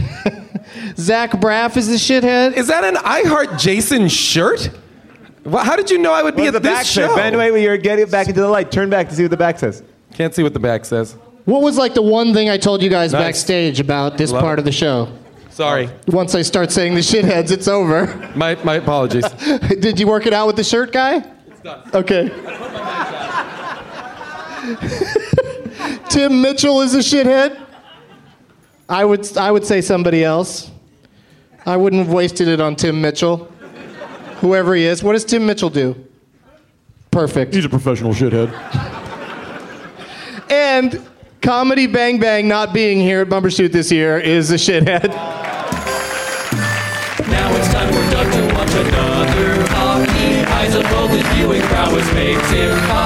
[SPEAKER 4] Zach Braff is the shithead.
[SPEAKER 8] Is that an I Heart Jason shirt? Wha- How did you know I would be
[SPEAKER 9] What's
[SPEAKER 8] at
[SPEAKER 9] the
[SPEAKER 8] this
[SPEAKER 9] back
[SPEAKER 8] show?
[SPEAKER 9] says? Bend way you're getting back into the light. Turn back to see what the back says.
[SPEAKER 8] Can't see what the back says.
[SPEAKER 4] What was like the one thing I told you guys
[SPEAKER 8] Nice.
[SPEAKER 4] backstage about this
[SPEAKER 8] Love
[SPEAKER 4] part
[SPEAKER 8] it.
[SPEAKER 4] of the show?
[SPEAKER 8] Sorry,
[SPEAKER 4] Once I start saying the shitheads, it's over.
[SPEAKER 8] my my apologies.
[SPEAKER 4] Did you work it out with the shirt guy? Okay. Tim Mitchell is a shithead. I would I would say somebody else. I wouldn't have wasted it on Tim Mitchell. Whoever he is. What does Tim Mitchell do? Perfect.
[SPEAKER 15] He's a professional shithead.
[SPEAKER 4] And Comedy Bang Bang not being here at Bumbershoot this year is a shithead.
[SPEAKER 9] Now it's time for Doug to watch another hockey. Eyes of both his viewing prowess makes him hot.